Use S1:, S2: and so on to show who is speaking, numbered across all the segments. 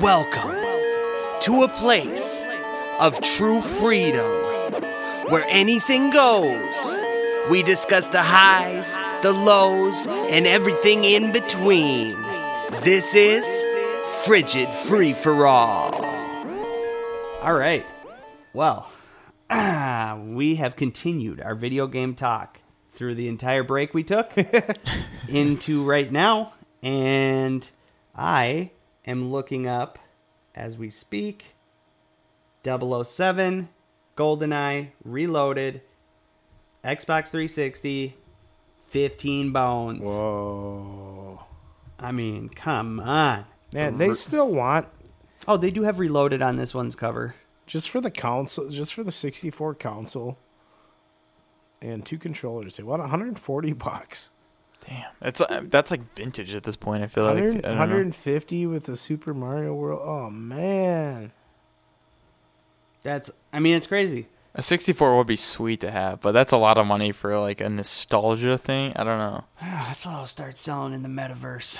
S1: Welcome to a place of true freedom where anything goes. We discuss the highs, the lows, and everything in between. This is Frigid Free for All.
S2: All right. Well, we have continued our video game talk through the entire break we took into right now. And I am looking up as we speak 007, GoldenEye, Reloaded, Xbox 360, 15 Bones.
S3: Whoa.
S2: I mean, come on.
S3: Man, they still want
S2: Oh, they do have Reloaded on this one's cover.
S3: just for the console, just for the 64 console and two controllers. They want 140 bucks.
S4: Damn, that's uh, that's like vintage at this point. I feel like
S3: 100,
S4: I don't know.
S3: 150 with the Super Mario World. Oh man.
S2: That's, I mean, it's crazy.
S4: a 64 would be sweet to have, but that's a lot of money for like a nostalgia thing. I don't know.
S2: That's what I'll start selling in the metaverse.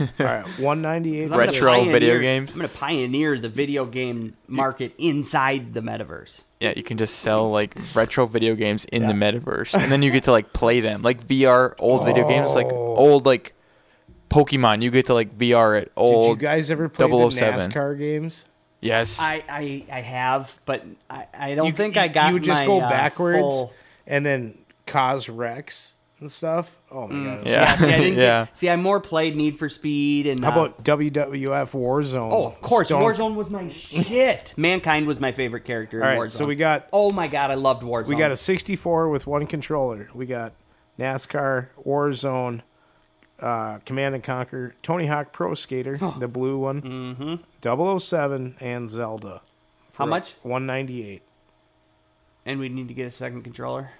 S3: All right, 198.
S4: Right. Retro
S2: I'm gonna
S4: video
S2: pioneer-
S4: games.
S2: I'm going to pioneer the video game market inside the metaverse.
S4: Yeah, you can just sell like retro video games in the metaverse, and then you get to like play them, like VR old video
S2: Oh.
S4: games, like old like Pokemon. You get to like VR it
S3: Did
S4: old.
S3: you guys ever play the
S4: 007.
S3: NASCAR games?
S4: yes.
S2: I, I, I have, but I, I don't
S3: You-
S2: think
S3: you-
S2: I got
S3: You would just
S2: my,
S3: go
S2: uh,
S3: backwards
S2: full-
S3: and then cause wrecks and stuff. Oh
S2: Mm.
S3: my god.
S4: Yeah.
S2: Yeah, see, I didn't
S4: Yeah.
S2: Get, see, I more played Need for Speed and
S3: How
S2: uh,
S3: about WWF Warzone?
S2: Oh, of course,
S3: Stone-
S2: Warzone was my shit. Mankind was my favorite character in
S3: All
S2: Warzone.
S3: right, so we got
S2: Oh my god, I loved Warzone.
S3: We got a 64 with one controller. We got NASCAR, Warzone, uh, Command and Conquer, Tony Hawk Pro Skater, the blue one, mm-hmm. 007, and Zelda.
S2: how much?
S3: 198.
S2: And we need to get a second controller.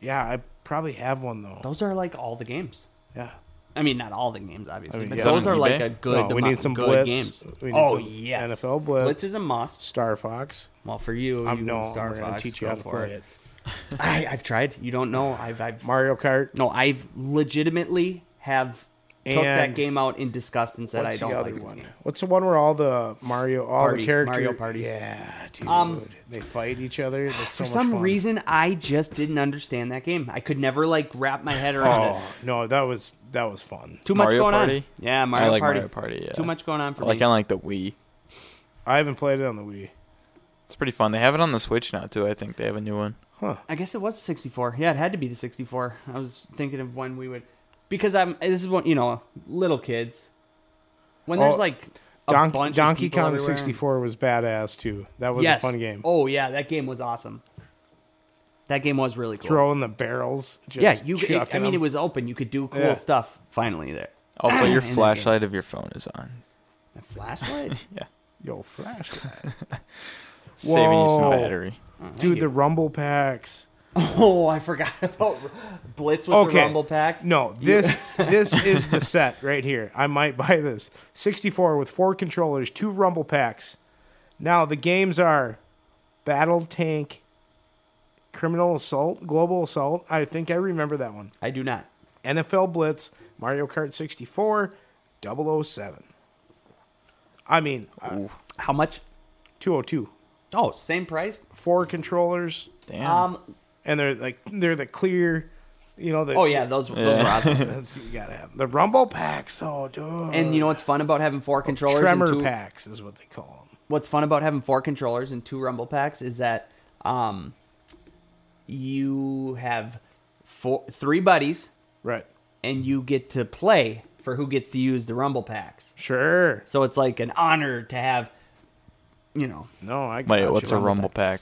S3: Yeah, I probably have one though.
S2: Those are like all the games.
S3: Yeah.
S2: I mean, not all the games, obviously,
S3: mean,
S2: but
S3: yeah.
S2: those
S4: On
S2: are like
S4: eBay?
S2: a good.
S3: No, we
S2: amount-
S3: need some
S2: good
S3: Blitz.
S2: games.
S3: We need
S2: oh
S3: some
S2: yes,
S3: NFL Blitz.
S2: Blitz is a must.
S3: Star Fox.
S2: Well, for you,
S3: I'm
S2: you
S3: no,
S2: and Star
S3: I'm gonna
S2: Fox,
S3: teach you
S2: go
S3: how to
S2: for
S3: play it.
S2: I, I've tried. You don't know. I've, I've
S3: Mario Kart.
S2: no. I've legitimately have took that
S3: And-
S2: game out in disgust and said I
S3: What's
S2: don't
S3: the other
S2: like this
S3: one?
S2: game.
S3: What's the one where all the Mario, all
S2: Party.
S3: the characters,
S2: Mario Party.
S3: Yeah, dude.
S2: Um,
S3: they fight each other. That's so
S2: For
S3: much
S2: some
S3: fun.
S2: reason, I just didn't understand that game. I could never like wrap my head around
S3: Oh
S2: it.
S3: no, that was that was fun.
S2: Too much
S4: Mario
S2: going
S4: Party?
S2: on. Yeah, Mario
S4: I like
S2: Party.
S4: Mario Party. Yeah.
S2: Too much going on for
S4: Like
S2: me.
S4: on like the Wii.
S3: I haven't played it on the Wii.
S4: It's pretty fun. They have it on the Switch now too. I think they have a new one.
S2: I guess it was 64. Yeah, it had to be the 64. I was thinking of when we would, because I'm. This is when you know, little kids. When
S3: Oh,
S2: there's like a
S3: Don-
S2: bunch of
S3: Donkey
S2: people
S3: Kong
S2: everywhere.
S3: 64 was badass too. That was
S2: yes.
S3: a fun game.
S2: Oh yeah, that game was awesome. That game was really cool.
S3: Throwing the barrels. Just
S2: yeah, you. It,
S3: chucking
S2: I mean, it
S3: them.
S2: was open. You could do cool
S3: Yeah.
S2: stuff. Finally, there.
S4: Also, your
S2: In that game.
S4: flashlight of your phone is on.
S2: A flashlight.
S4: Yeah,
S3: yo flashlight.
S4: saving you some
S3: Whoa.
S4: battery.
S3: Dude, the rumble packs.
S2: Oh, I forgot about Blitz with
S3: Okay.
S2: the Rumble Pack.
S3: No, this this is the set right here. I might buy this. 64 with four controllers, two rumble packs. Now the games are Battle Tank, Criminal Assault, Global Assault. I think I remember that one.
S2: I do not.
S3: NFL Blitz, Mario Kart 64, 007. I mean, uh,
S2: How much?
S3: 202.
S2: Oh, same price.
S3: Four controllers,
S4: Damn.
S2: Um.
S3: and they're like they're the clear, you know. The,
S2: Oh yeah, those those were
S4: Yeah.
S2: awesome.
S3: that's you gotta have the rumble packs. Oh, dude,
S2: And you know what's fun about having four controllers?
S3: Oh, tremor
S2: and two,
S3: packs is what they call them.
S2: What's fun about having four controllers and two rumble packs is that, um, you have four three buddies
S3: Right?
S2: and you get to play for who gets to use the rumble packs.
S3: Sure.
S2: So it's like an honor to have, you know,
S3: No, I.
S4: Wait,
S3: got
S4: what's
S3: you.
S4: a rumble pack?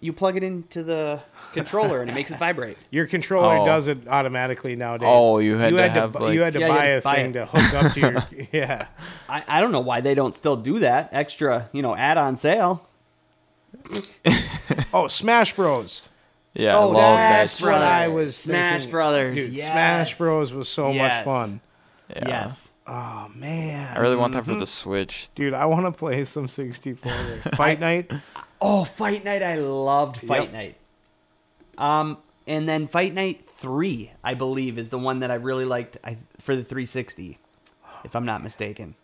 S2: you plug it into the controller and it makes it vibrate.
S3: Your controller
S4: Oh.
S3: does it automatically nowadays.
S4: Oh, you had to
S3: to,
S4: have,
S3: bu-
S4: like-
S3: you had to
S2: Yeah, you
S3: buy
S2: had to
S3: a
S2: buy
S3: thing
S2: it.
S3: to hook up to your yeah.
S2: I, I don't know why they don't still do that extra, you know, add on sale.
S3: Oh, Smash Bros.
S4: Yeah, I
S2: Oh,
S4: love
S2: that's
S4: that.
S3: what I
S2: Brothers.
S3: was
S2: Smash
S3: thinking.
S2: Brothers,
S3: Dude,
S2: yes.
S3: Smash Bros was so
S2: Yes.
S3: much fun.
S4: Yeah.
S2: Yes.
S3: Oh man,
S4: I really want that for the Switch.
S3: dude, I want to play some 64 like, Fight Night.
S2: Oh, Fight Night! I loved Fight
S3: Yep.
S2: Night. Um, and then Fight Night Three, I believe, is the one that I really liked I, for the 360, if I'm not mistaken.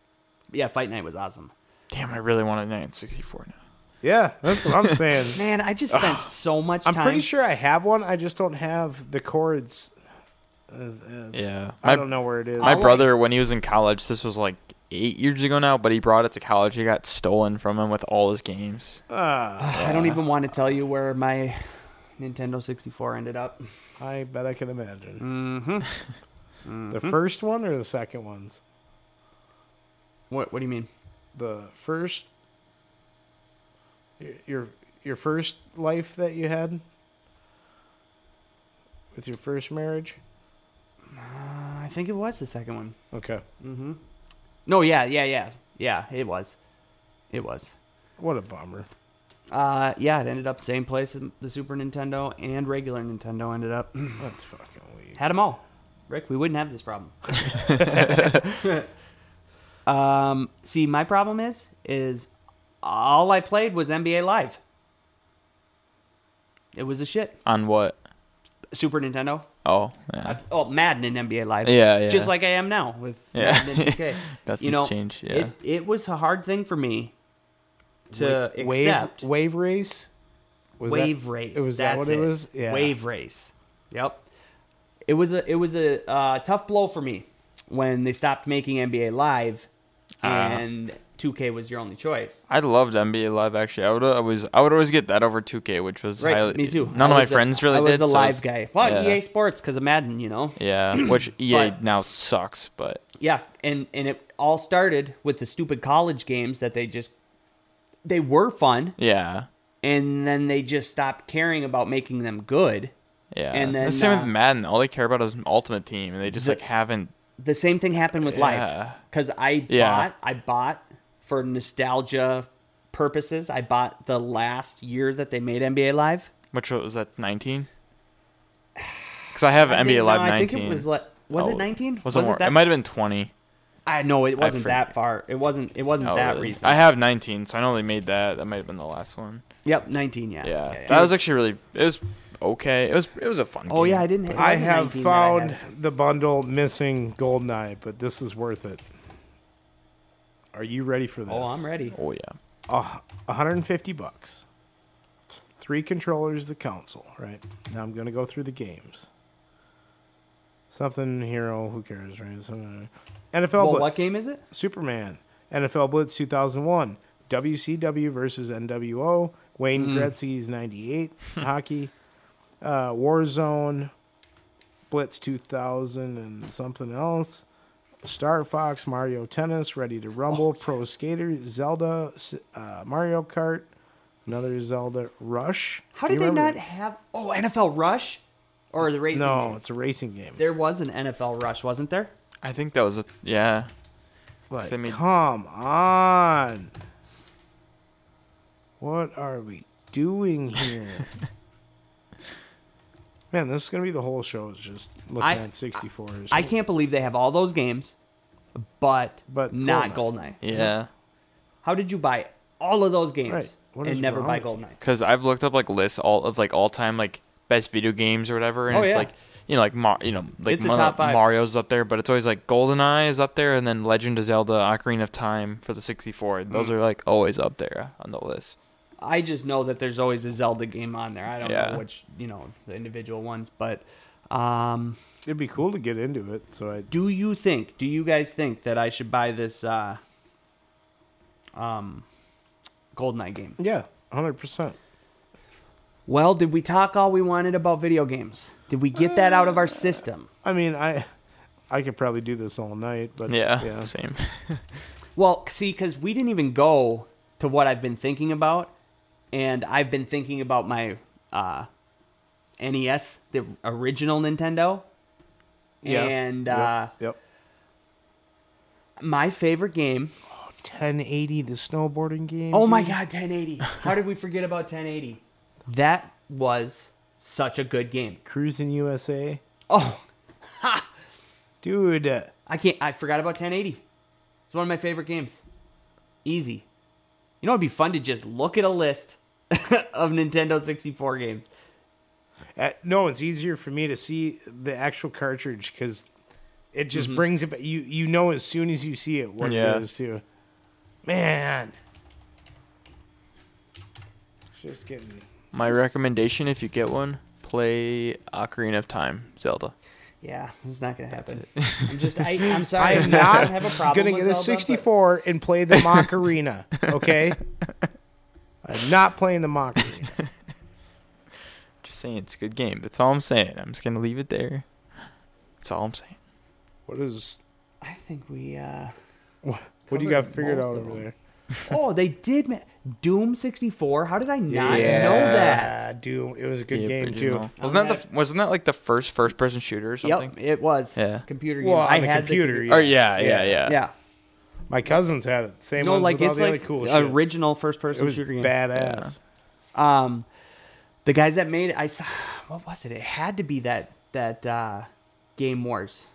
S2: yeah, Fight Night was awesome.
S4: Damn, I really want a 964 now.
S3: Yeah, that's what I'm saying.
S2: Man, I just spent so much
S3: I'm
S2: time.
S3: pretty sure I have one. I just don't have the cords. Uh,
S4: Yeah,
S3: I don't know where it is.
S4: My
S2: I'll-
S4: brother, when he was in college, this was like eight years ago now, but he brought it to college. It got stolen from him with all his games.
S2: I don't even want to tell you where my Nintendo 64 ended up.
S3: I bet I can imagine.
S2: Mm-hmm.
S3: The first one or the second ones?
S2: What What do you mean?
S3: The first. your- Your your first life that you had. With your first marriage.
S2: Uh, I think it was the second one.
S3: Okay.
S2: No, yeah, yeah, yeah, yeah. It was, it was.
S3: What a bummer.
S2: Uh, yeah, it ended up same place as the Super Nintendo and regular Nintendo ended up.
S3: That's fucking weird.
S2: Had them all. Rick, we wouldn't have this problem. um, see, my problem is, is all I played was NBA Live. It was a shit
S4: On what?
S2: Super Nintendo.
S4: Oh, yeah.
S2: I- oh, Madden and NBA Live.
S4: Yeah,
S2: It's just
S4: yeah.
S2: like I am now with
S4: Yeah.
S2: Madden and 2K.
S4: That's
S2: you
S4: just
S2: know,
S4: changed, yeah.
S2: It, it was a hard thing for me to
S3: wave
S2: accept.
S3: wave race. Was that-
S2: wave race.
S3: Was
S2: That's
S3: that what it, was? Yeah.
S2: Wave race. Yep. It was a it was a uh, tough blow for me when they stopped making NBA Live,
S4: Uh-huh.
S2: and 2K was your only choice.
S4: I loved NBA Live actually. I would always, I would always get that over 2K, which was
S2: Right.
S4: highly-
S2: me too.
S4: None
S2: I
S4: of my
S2: was a-
S4: friends really
S2: I was
S4: did.
S2: a
S4: so
S2: live
S4: it's-
S2: guy. Well,
S4: yeah.
S2: EA Sports because of Madden, you know.
S4: Yeah, which EA
S2: But-
S4: now sucks, but
S2: Yeah, and and it all started with the stupid college games that they just they were fun,
S4: yeah,
S2: and then they just stopped caring about making them good.
S4: yeah.
S2: And then,
S4: the same
S2: uh,
S4: with Madden. All they care about is Ultimate Team, and they just
S2: the-
S4: like haven't.
S2: the same thing happened with
S4: Yeah.
S2: life because I
S4: Yeah.
S2: bought I bought for nostalgia purposes. I bought the last year that they made NBA Live.
S4: Which was that 19? Because I have NBA
S2: think-
S4: Live
S2: no,
S4: 19.
S2: I think it was like was
S4: Oh,
S2: it nineteen?
S4: Was it, more?
S2: that?
S4: it might have been 20.
S2: I know it wasn't
S4: forget.
S2: that far. It wasn't. It wasn't
S4: Oh,
S2: that
S4: really?
S2: recent.
S4: I have 19, so I know they made that. That might have been the last one.
S2: Yep, nineteen. Yeah.
S4: Yeah, that was actually really. It was okay. It was it was a fun.
S2: Oh
S4: game.
S2: yeah, I didn't. it
S3: I
S2: wasn't
S3: have
S2: 19 that I
S3: found
S2: had.
S3: the bundle missing Goldeneye, but this is worth it. Are you ready for this?
S2: Oh, I'm ready.
S4: Oh yeah.
S3: Uh, 150 bucks. Three controllers, the console, right? Now I'm going to go through the games. Something hero, who cares, right? Something- NFL
S2: Well,
S3: Blitz.
S2: what game is it?
S3: Superman, NFL Blitz 2001, WCW versus NWO, Wayne
S2: Mm.
S3: Gretzky's 98 hockey, uh, Warzone, Blitz 2000 and something else, Star Fox, Mario Tennis, Ready to Rumble,
S2: Oh,
S3: Pro Skater, Zelda, S- uh, Mario Kart, another Zelda, Rush.
S2: How did
S3: Do you
S2: they
S3: remember
S2: not have? Oh, NFL Rush, or the
S3: that?
S2: racing?
S3: No,
S2: game?
S3: it's a racing game.
S2: there was an NFL Rush, wasn't there?
S4: I think that was a yeah.
S3: Like,
S4: they made-
S3: come on. What are we doing here? Man, this is gonna be the whole show is just looking
S2: I-
S3: at 64s.
S2: I can't believe they have all those games, but
S3: But
S2: not
S3: Goldeneye.
S2: Goldeneye.
S4: Yeah.
S2: How did you buy all of those games
S3: Right. What is
S2: and never
S3: wrong
S2: buy
S3: with you?
S2: Goldeneye?
S4: Because I've looked up like lists all of like all time like best video games or whatever, and
S2: Oh,
S4: it's
S2: yeah.
S4: like you know like Mar- you know like
S2: It's a
S4: Mar-
S2: top five.
S4: Mario's up there, but it's always like GoldenEye is up there, and then Legend of Zelda: Ocarina of Time for the 64. Those
S2: Mm.
S4: are like always up there on the list.
S2: I just know that there's always a Zelda game on there. I don't
S4: Yeah.
S2: know which you know the individual ones, but um,
S3: It'd be cool to get into it. So I
S2: do you think? Do you guys think that I should buy this uh, um, Goldeneye game?
S3: yeah, 100. percent
S2: Well, did we talk all we wanted about video games? Did we get that out of our system?
S3: I mean, I I could probably do this all night, but
S4: Yeah.
S3: yeah.
S4: Same.
S2: Well, see, because we didn't even go to what I've been thinking about, and I've been thinking about my uh, NES, the original Nintendo,
S3: Yeah.
S2: and
S3: Yep,
S2: uh,
S3: yep.
S2: my favorite game.
S3: 1080, the snowboarding game.
S2: Oh my
S3: dude.
S2: God, 1080! How did we forget about 1080? That was such a good game.
S3: Cruising USA,
S2: Oh,
S3: dude. uh,
S2: I can't. I forgot about 1080. It's one of my favorite games. Easy. You know, it'd be fun to just look at a list of Nintendo 64 games.
S3: Uh, no, it's easier for me to see the actual cartridge because it just brings it. ba- You you know as soon as you see it what
S4: Mm-hmm. Yeah.
S3: it is too. Man. It's Just getting.
S4: My recommendation, if you get one, play Ocarina of Time, Zelda.
S2: Yeah, it's not gonna happen. I'm just, I, I'm sorry,
S3: I'm
S2: I'm not
S3: not
S2: have a problem.
S3: gonna
S2: with
S3: get a
S2: Zelda, but-
S3: 64 and play the Macarena, okay? I'm not playing the Macarena.
S4: Just saying, it's a good game. That's all I'm saying. I'm just gonna leave it there. That's all I'm saying.
S3: What is?
S2: I think we. uh
S3: What, what do you got
S4: Covered
S3: figured
S4: most
S3: out
S4: of
S3: over
S4: them.
S3: there?
S2: Oh, they did. Ma- Doom 64. How did I not know
S4: Yeah.
S2: that?
S3: Ah, Doom. It was a good
S4: The
S3: game
S4: original.
S3: too.
S4: Wasn't that the wasn't that like the first first person shooter or something?
S2: Oh, Yep, it was.
S4: Yeah.
S2: Computer game.
S3: Well, on
S2: I
S3: the
S2: had the
S3: computer.
S4: Or Oh, yeah, yeah, yeah.
S2: computer- Yeah.
S3: My cousins had it. Same
S2: No,
S3: ones
S2: like
S3: with all
S2: it's
S3: the other
S2: like
S3: cool shit.
S2: original
S3: It
S2: first-person
S3: was
S2: shooter game.
S3: badass.
S2: Um, the guys that made it, I saw. What was it? It had to be that that uh, Game Wars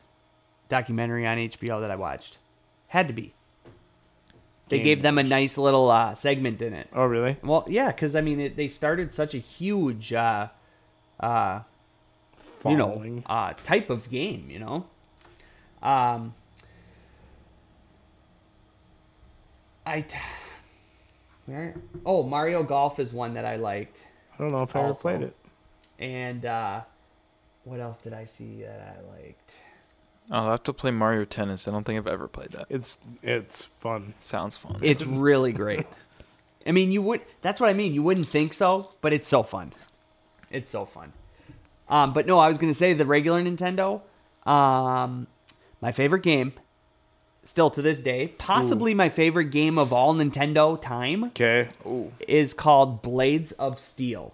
S2: documentary on HBO that I watched. Had to be. They
S3: Game
S2: gave them a nice little uh, segment in it.
S3: Oh, really?
S2: Well, yeah, because I mean, it, they started such a huge, uh, uh, you know,
S3: Following.
S2: uh, type of game. You know, um, I. t- Where? Oh, Mario Golf is one that I liked,
S3: I don't know if I ever
S2: also-
S3: played it.
S2: and uh, what else did I see that I liked?
S4: I'll have to play Mario Tennis. I don't think I've ever played that.
S3: It's it's fun.
S4: Sounds fun.
S2: It's really great. I mean, you would. That's what I mean. You wouldn't think so, but it's so fun. It's so fun. Um, but no, I was gonna say the regular Nintendo. Um, my favorite game, still to this day, possibly my favorite game of all Nintendo time,
S3: Okay.
S2: is called Blades of Steel.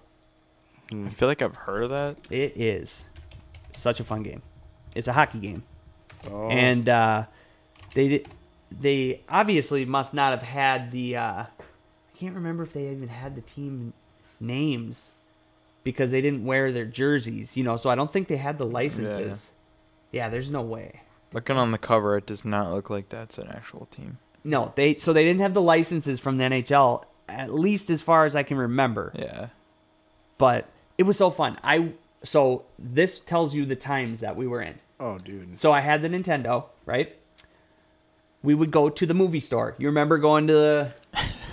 S4: I feel like I've heard of that.
S2: It is such a fun game. It's a hockey game.
S3: Oh.
S2: and uh, they di- they obviously must not have had the uh, I can't remember if they even had the team names because they didn't wear their jerseys, you know. So I don't think they had the licenses. Yeah, there's no way.
S4: Looking on the cover, it does not look like that's an actual team.
S2: No, they so they didn't have the licenses from the NHL at least as far as I can remember.
S4: Yeah.
S2: But it was so fun. I so this tells you the times that we were in.
S3: oh, dude.
S2: So I had the Nintendo, right? We would go to the movie store. You remember going to the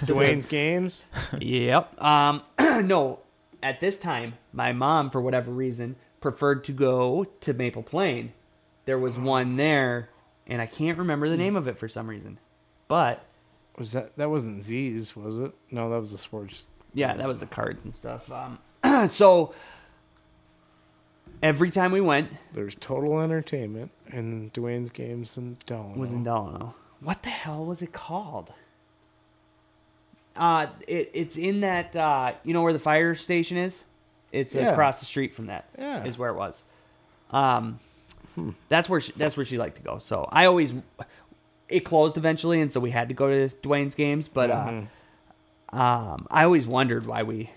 S3: Dwayne's games.
S2: Yep. Um, no, at this time, my mom, for whatever reason, preferred to go to Maple Plain. There was one there, and I can't remember the name of it for some reason. But
S3: Was that that wasn't Z's? Was it? No, that was the sports.
S2: yeah, that was the cards and stuff. Um, so every time we went
S3: There's Total Entertainment and Dwayne's games and Delano.
S2: was in Delano. Oh. What the hell was it called? Uh, it, it's in that uh, you know where the fire station is. It's
S3: Yeah.
S2: across the street from that.
S3: Yeah.
S2: is where it was. Um, that's where she, that's where she liked to go. So I always it closed eventually, and so we had to go to Dwayne's games. But
S3: Mm-hmm.
S2: uh, um, I always wondered why we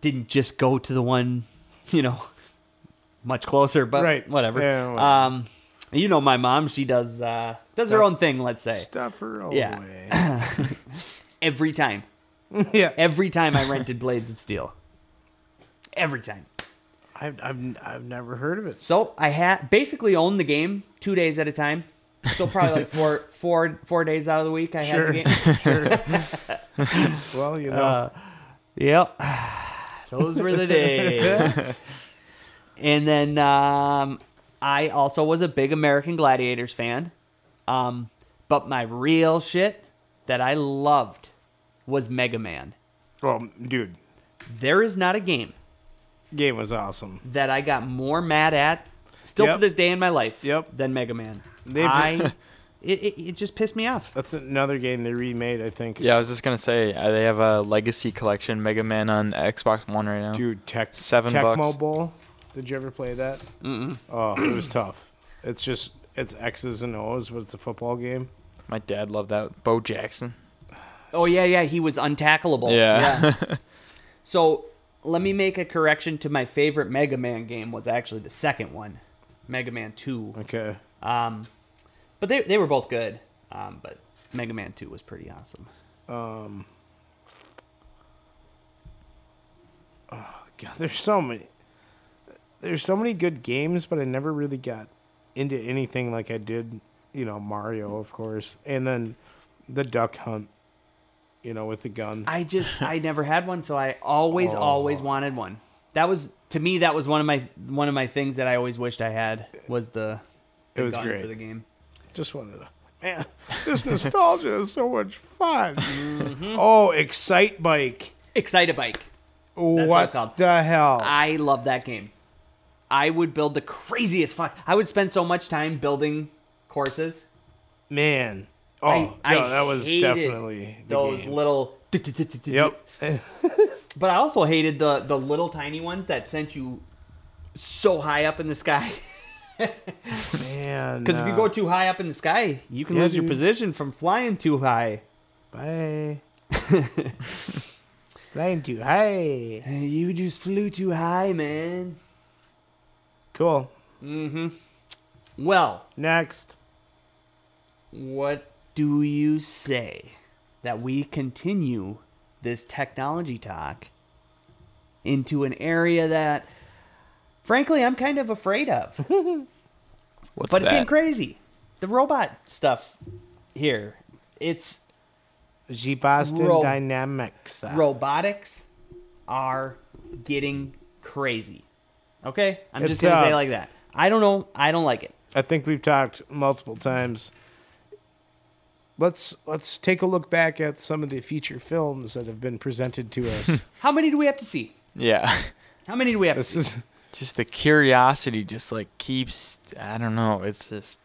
S2: didn't just go to the one, you know, much closer. But
S3: Right.
S2: whatever.
S3: Yeah, whatever.
S2: Um, you know, my mom she does uh, does her
S3: Stuff.
S2: own thing. Let's say
S3: Stuff her
S2: Yeah.
S3: away.
S2: every time,
S3: yeah.
S2: every time I rented Blades of Steel, every time.
S3: I've, I've I've never heard of it.
S2: So I had basically owned the game two days at a time. So probably like four four four days out of the week I had
S3: Sure.
S2: the Uh, game.
S3: Well, you know,
S2: Yep. Those were the days. and then um, I also was a big American Gladiators fan. Um, but my real shit that I loved was Mega Man.
S3: well, dude,
S2: There is not a game
S3: game was awesome.
S2: that I got more mad at, still to
S3: Yep.
S2: this day in my life,
S3: Yep.
S2: than Mega Man.
S3: They've-
S2: I, it, it, it just pissed me off.
S3: That's another game they remade, I think.
S4: Yeah, I was just gonna say uh, they have a Legacy Collection Mega Man on Xbox One right now.
S3: Dude, Tec-
S4: Oh. Seven
S3: Tecmo
S4: bucks.
S3: Bowl. Did you ever play that? Mm-mm. Oh, it was tough. It's just it's X's and O's, but it's a football game.
S4: My dad loved that. Bo Jackson.
S2: Oh yeah, yeah, he was untackleable.
S4: Yeah.
S2: So let me make a correction to my favorite Mega Man game was actually the second one, Mega Man Two.
S3: Okay.
S2: Um, but they they were both good. Um, but Mega Man Two was pretty awesome.
S3: God, there's so many. There's so many good games, but I never really got into anything like I did. You know, Mario, of course, and then the duck hunt, you know, with the gun.
S2: I just I never had one, so I
S3: Oh.
S2: always always wanted one. That was to me that was one of my one of my things that I always wished I had was the, the
S3: it was
S2: gun
S3: great.
S2: for the game.
S3: Just wanted to. Man, this nostalgia is so much fun.
S2: Mm-hmm.
S3: Oh, Excite Bike.
S2: Excite bike.
S3: What,
S2: what it's called.
S3: the hell?
S2: I love that game. I would build the craziest fuck. I would spend so much time building courses.
S3: Man. Oh,
S2: I, I
S3: no, that was
S2: hated
S3: definitely the
S2: those
S3: game.
S2: little.
S3: Yep.
S2: But I also hated the the little tiny ones that sent you so high up in the sky.
S3: Man.
S2: Because if you
S3: uh,
S2: go too high up in the sky, you can
S3: Yeah,
S2: lose your
S3: dude.
S2: position from flying too high.
S3: Bye. Flying too high.
S2: You just flew too high, man.
S3: Cool.
S2: Well,
S3: Next.
S2: what do you say that we continue this technology talk into an area that, frankly, I'm kind of afraid of?
S4: What's
S2: But it's getting
S4: that?
S2: crazy. The robot stuff here. It's
S3: The Boston
S2: Roll.
S3: Dynamics.
S2: robotics are getting crazy. Okay? I'm
S3: It's,
S2: just going to say
S3: uh,
S2: it like that. I don't know. I don't like it.
S3: I think we've talked multiple times. Let's let's take a look back at some of the feature films that have been presented to us.
S2: How many do we have to see?
S4: yeah.
S2: How many do we have to
S3: this
S2: see?
S3: is
S4: just the curiosity just like keeps I don't know, it's just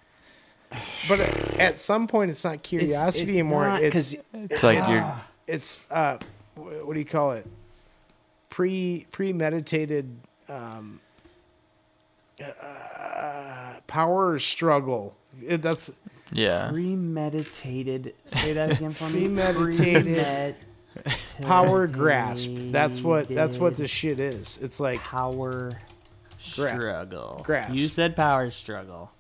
S3: but at some point it's not curiosity anymore.
S2: not,
S3: it's
S2: 'cause-
S4: it's like you're
S3: it's uh wh- what do you call it pre premeditated um uh, power struggle It- that's
S4: yeah.
S2: Premeditated. Say that again for me.
S3: Premeditated. power grasp that's what that's what this shit is it's like
S2: Power struggle.
S3: Grasp.
S2: You said power struggle.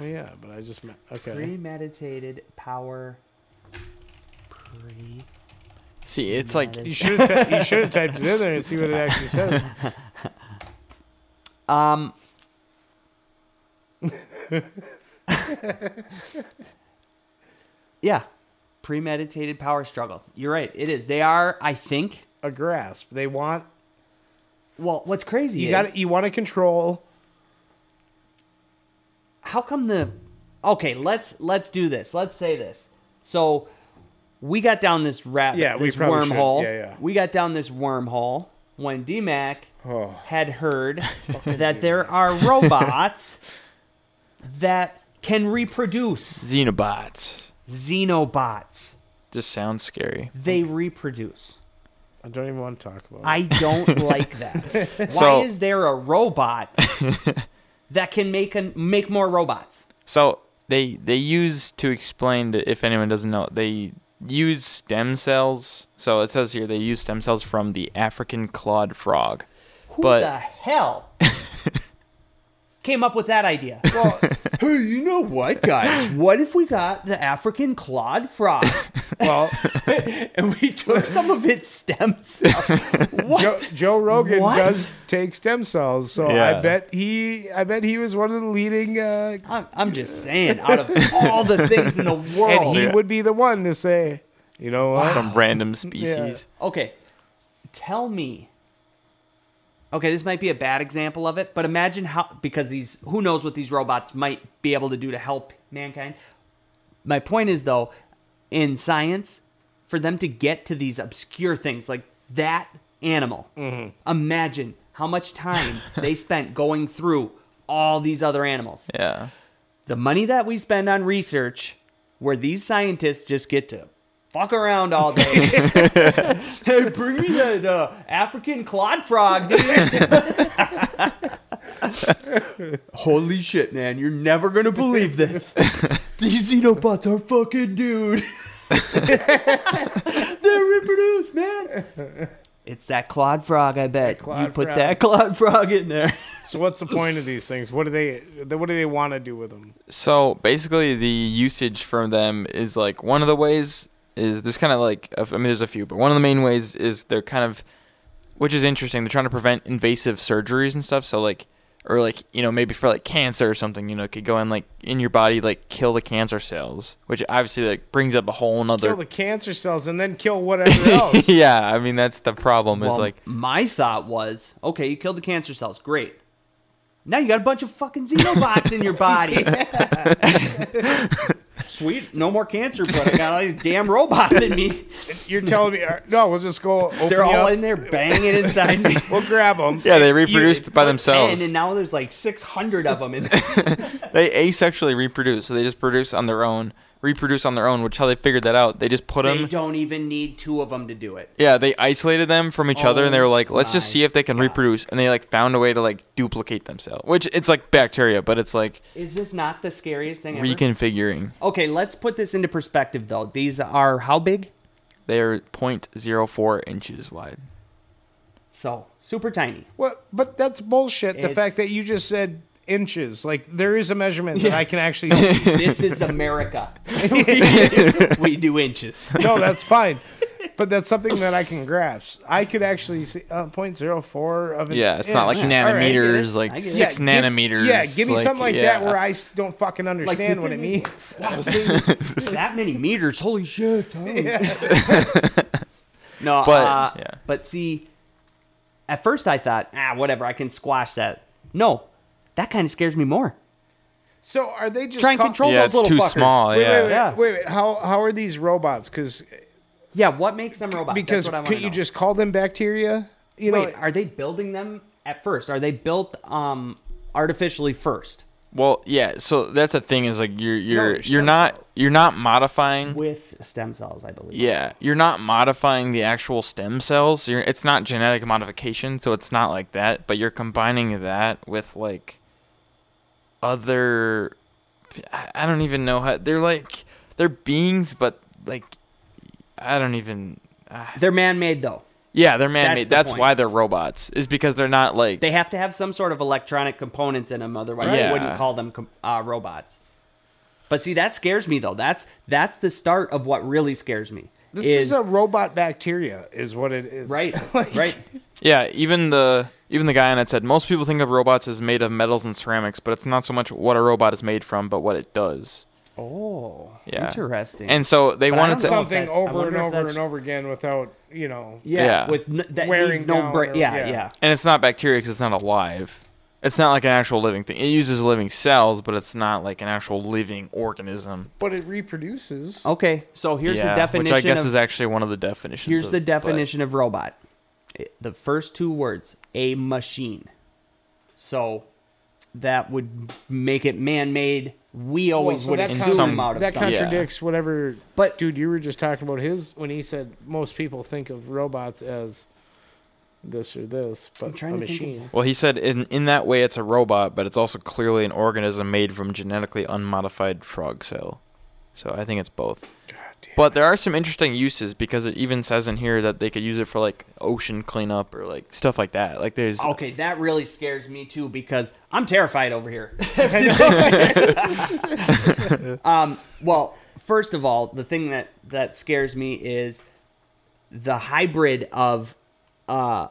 S3: oh yeah but i just meant okay
S2: Premeditated power. Pre.
S4: See, it's like
S3: you should have you should have typed it in there and see what it actually says
S2: Um. yeah, premeditated power struggle. You're right. It is. They are. I think.
S3: a grasp they want
S2: Well, what's crazy
S3: you
S2: is
S3: got you want to control
S2: how come the okay let's let's do this let's say this so we got down this rabbit
S3: Yeah, we
S2: this
S3: probably should.
S2: wormhole
S3: Yeah, yeah.
S2: we got down this wormhole when dmac
S3: Oh.
S2: had heard that there are robots that can reproduce
S4: xenobots.
S2: xenobots
S4: Just sounds scary.
S2: they reproduce
S3: i don't even want to talk about it
S2: i don't like that why
S4: So-
S2: is there a robot that can make an, make more robots
S4: So they they use to explain to, if anyone doesn't know, they use stem cells. So it says here they use stem cells from the African clawed frog.
S2: Who
S4: But-
S2: the hell came up with that idea? Well, hey, you know what, guys? What if we got the African clawed frog
S3: well
S2: and we took some of its stem cells? What?
S3: Joe, Joe Rogan
S2: What?
S3: does take stem cells, so I
S4: Yeah.
S3: bet he, I bet he was one of the leading, uh,
S2: I'm, I'm just saying, out of all the things in the
S3: and
S2: world.
S3: he would be the one to say, you know what?
S4: Some random species.
S2: okay, tell me. Okay, this might be a bad example of it, but imagine how because these who knows what these robots might be able to do to help mankind. My point is though, in science, for them to get to these obscure things like that animal, imagine how much time they spent going through all these other animals
S4: Yeah.
S2: the money that we spend on research where these scientists just get to fuck around all day. hey, bring me that uh, African clawed frog, dude. Holy shit, man. You're never going to believe this. These xenobots are fucking dude. they reproduce, man. It's that clawed frog, I bet. you
S3: clawed
S2: put
S3: frog.
S2: that clawed frog in there.
S3: So what's the point of these things? What do they, what do they want to do with them?
S4: So basically, the usage from them is like one of the ways is there's kind of like I mean there's a few, but one of the main ways is they're kind of, which is interesting. They're trying to prevent invasive surgeries and stuff. So like, or like you know maybe for like cancer or something you know it could go in like in your body like kill the cancer cells which obviously like brings up a whole
S3: Kill
S4: nother
S3: the cancer cells and then kill whatever else.
S4: yeah i mean that's the problem is
S2: Well,
S4: like
S2: Um, my thought was, okay, you killed the cancer cells, great. Now you got a bunch of fucking xenobots in your body. Sweet, no more cancer, but I got all these damn robots in me.
S3: You're telling me uh, no? We'll just go. Open
S2: They're
S3: you
S2: all
S3: up.
S2: in there banging inside me.
S3: We'll grab them.
S4: yeah they reproduced by
S2: And,
S4: themselves
S2: and now there's like 600 of them. In
S4: they asexually reproduce so they just produce on their own reproduce on their own which how they figured that out they just put
S2: they
S4: them
S2: don't even need two of them to do it.
S4: yeah they isolated them from each other and they
S2: Oh
S4: were like let's just
S2: my
S4: see if they can reproduce and they like found a way to like duplicate themselves which it's like bacteria but it's like
S2: Is this not the scariest thing ever?
S4: reconfiguring
S2: Okay, let's put this into perspective, though. These are how big?
S4: they're 0.04 inches wide
S2: So, super tiny.
S3: What? But that's bullshit. The
S2: It's-
S3: fact that you just said inches, like there is a measurement that I can actually. see.
S2: This is America. we do inches.
S3: no, that's fine. But that's something that I can grasp. I could actually see uh, 0.04 of an
S4: yeah it's not like
S3: inch. All right.
S4: nanometers
S2: I
S4: like
S2: get it.
S3: Yeah,
S4: six
S3: give-
S4: nanometers
S3: Yeah, give me something like that
S4: yeah.
S3: where I s- don't fucking understand what it means.
S2: Wow, things- that many meters. Holy shit. oh. no,
S4: But,
S2: uh,
S4: yeah.
S2: but see, at first I thought, ah, whatever, I can squash that. No, that kind of scares me more.
S3: So are they just
S2: Try and
S3: call-
S2: control
S4: yeah
S2: those
S4: it's
S2: little
S4: too
S2: fuckers.
S4: small
S3: Wait,
S4: yeah
S3: wait, wait,
S2: Yeah.
S3: wait, wait. How how are these robots? Because
S2: Yeah, what makes them robots?
S3: because
S2: That's what I wanna
S3: couldn't you
S2: know.
S3: just call them bacteria? You know,
S2: Wait, are they building them at first? Are they built um artificially first?
S4: well yeah so that's the thing is like you're you're
S3: it's
S4: you're
S3: stem
S4: not you're not modifying
S2: With stem cells, I believe.
S4: Yeah, you're not modifying the actual stem cells. You're, it's not genetic modification, so it's not like that. But you're combining that with like other. I I don't even know how they're like they're beings, but like I don't even.
S2: They're man made though.
S4: Yeah, they're man made.
S2: the
S4: That's,
S2: point.
S4: why they're robots. Is because they're not like
S2: They have to have some sort of electronic components in them, otherwise,
S4: Right.
S2: what do you
S4: Yeah.
S2: call them? Com- Uh, robots. But see, that scares me though. That's that's the start of what really scares me.
S3: this is, a robot bacteria, is what it is.
S2: right,
S3: Like,
S2: right.
S4: yeah. Even the even the guy on it said most people think of robots as made of metals and ceramics, but it's not so much what a robot is made from, but what it does.
S2: Oh,
S4: Yeah,
S2: interesting.
S4: And so they
S2: But I
S4: wanted
S2: don't
S4: to.
S2: know if
S3: Something
S2: that's- I
S3: over
S2: wonder
S3: and
S2: if
S3: over
S2: that's-
S3: and over again without you know.
S2: yeah,
S4: Yeah.
S2: with n- that
S3: Wearing
S2: needs no
S3: down
S2: break.
S3: or-
S2: Yeah,
S3: yeah.
S2: yeah,
S4: and it's not bacteria because it's not alive. It's not like an actual living thing. It uses living cells, but it's not like an actual living organism.
S3: But it reproduces.
S2: Okay, so here's
S4: yeah,
S2: the definition.
S4: which I guess
S2: of,
S4: is actually one of the definitions.
S2: here's
S4: of-
S2: the
S4: but-
S2: definition of robot. It- the first two words, a machine. So that would make it man-made. We always
S3: so
S2: would
S3: that
S2: assume
S3: kind
S4: of-
S2: out of
S3: that
S2: something.
S3: contradicts whatever.
S2: But-
S3: dude, you were just talking about his when he said most people think of robots as this or this, but
S2: trying
S3: a
S2: to think of-
S3: machine.
S4: Well, he said in in that way it's a robot, but it's also clearly an organism made from genetically unmodified frog cell. So I think it's both. But there are some interesting uses because it even says in here that they could use it for like ocean cleanup or like stuff like that. Like there's
S2: Okay, that really scares me too because I'm terrified over here. um, well, first of all, the thing that that scares me is the hybrid of uh,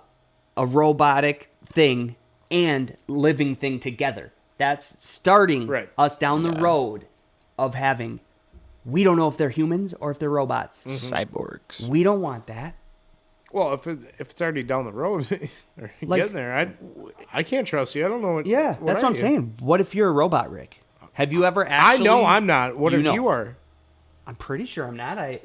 S2: a robotic thing and living thing together. That's starting
S3: Right.
S2: us down the road of having. We don't know if they're humans or if they're robots.
S3: Mm.
S4: cyborgs.
S2: We don't want that.
S3: Well, if it, if it's already down the road, or
S2: Like-
S3: getting there, I I can't trust you. I don't know what.
S2: Yeah, that's what
S3: are
S2: I'm
S3: you?
S2: saying. What if you're a robot, Rick? Have you ever
S3: I
S2: actually?
S3: know I'm not. What
S2: You
S3: if
S2: know.
S3: you are?
S2: I'm pretty sure I'm not. I.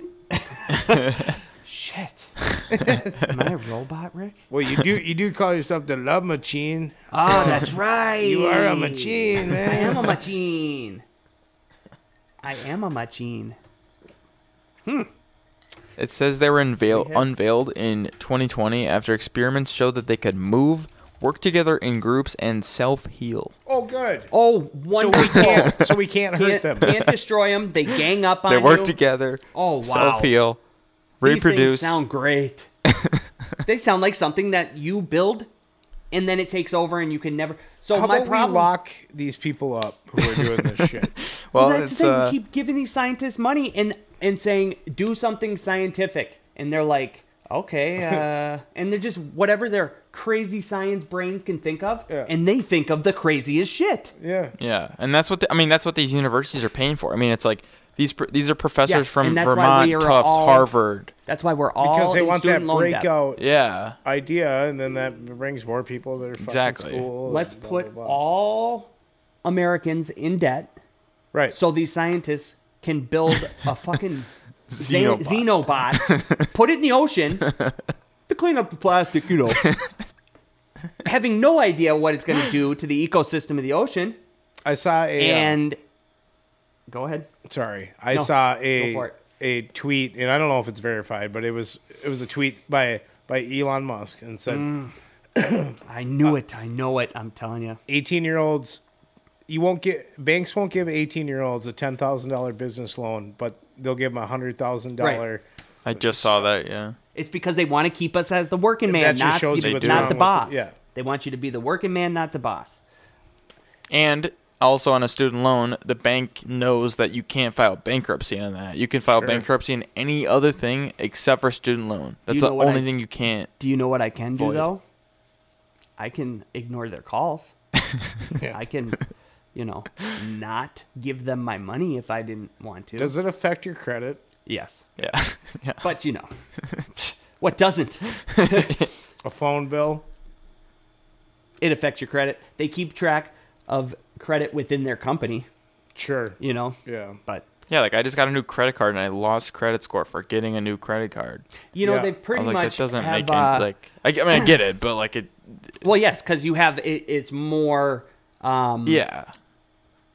S2: Shit. Am I a robot, Rick?
S3: Well, you do you do call yourself the love machine.
S2: Oh, that's right.
S3: You are a machine,
S2: I am
S3: man.
S2: a machine. I am a machine.
S4: It says they were unveil- unveiled in 2020 after experiments showed that they could move, work together in groups, and self heal.
S3: Oh, good.
S2: Oh,
S3: So
S2: wonderful.
S3: we can't. So we can't hurt
S2: can't,
S3: them.
S2: can't destroy them. They gang up on
S4: They work
S2: you.
S4: together.
S2: Oh, wow.
S4: Self heal.
S2: These things
S4: Reproduce.
S2: sound great. they sound like something that you build, and then it takes over, and you can never. So
S3: How
S2: my
S3: about
S2: problem.
S3: we lock these people up who are doing this shit? Oh,
S4: well,
S2: Well, that's
S4: it's,
S2: the thing.
S4: uh,
S2: we keep giving these scientists money and and saying do something scientific, and they're like, okay, uh, and they're just whatever their crazy science brains can think of,
S3: Yeah.
S2: and they think of the craziest shit.
S3: Yeah.
S4: Yeah, and that's what the, I mean. That's what these universities are paying for. I mean, it's like these pr- these are professors
S2: Yeah,
S4: from
S2: and that's why
S4: Vermont,
S2: we are
S4: Tufts,
S2: all-
S4: Harvard.
S2: That's why we're all
S3: Because they
S2: in
S3: want that
S2: student loan debt.
S3: breakout
S4: Yeah,
S3: idea, and then that brings more people to their fucking
S4: Exactly.
S3: school. and
S2: Let's
S3: blah,
S2: put
S3: blah, blah.
S2: all Americans in debt
S3: right.
S2: so these scientists can build a fucking xenobot.
S4: Xenobot.
S2: xenobot, put it in the ocean to clean up the plastic, you know. Having no idea what it's going to do to the ecosystem of the ocean,
S3: I saw a uh,
S2: and go ahead.
S3: Sorry, I
S2: No,
S3: saw
S2: go for
S3: a
S2: it.
S3: a tweet, and I don't know if it's verified, but it was it was a tweet by by Elon Musk and said,
S2: Mm. I knew it. I know it. I'm telling you.
S3: eighteen year olds, you won't get banks won't give eighteen year olds a ten thousand dollar business loan, but they'll give them a hundred thousand dollar.
S4: I just saw that. Yeah,
S2: It's because they want to keep us as the working
S3: that
S2: man,
S3: just
S2: not,
S3: shows
S2: the-
S4: you what's
S2: not
S4: wrong
S2: the
S3: with it.
S2: boss.
S3: Yeah.
S2: They want you to be the working man, not the boss.
S4: and also on a student loan, the bank knows that you can't file bankruptcy on that. You can file
S3: Sure.
S4: bankruptcy in any other thing except for student loan. That's
S2: you
S4: the
S2: know what
S4: only
S2: I-
S4: thing you can't.
S2: Do you know what I can do
S4: Void.
S2: though? I can ignore their calls.
S3: Yeah.
S2: I can, you know, not give them my money if I didn't want to.
S3: Does it affect your credit?
S2: yes.
S4: Yeah, yeah.
S2: But you know, what doesn't?
S3: A phone bill?
S2: It affects your credit. They keep track of credit within their company,
S3: Sure.
S2: you know.
S3: Yeah.
S2: But
S4: Yeah, like I just got a new credit card and I lost credit score for getting a new credit card.
S2: you know
S3: Yeah.
S2: they
S4: I
S2: pretty
S4: was like,
S2: much
S4: that doesn't
S2: have,
S4: make
S2: uh, Mm.
S4: any like. I, I mean, I get it, but like it.
S2: well, yes, because you have it, it's more um,
S4: Yeah,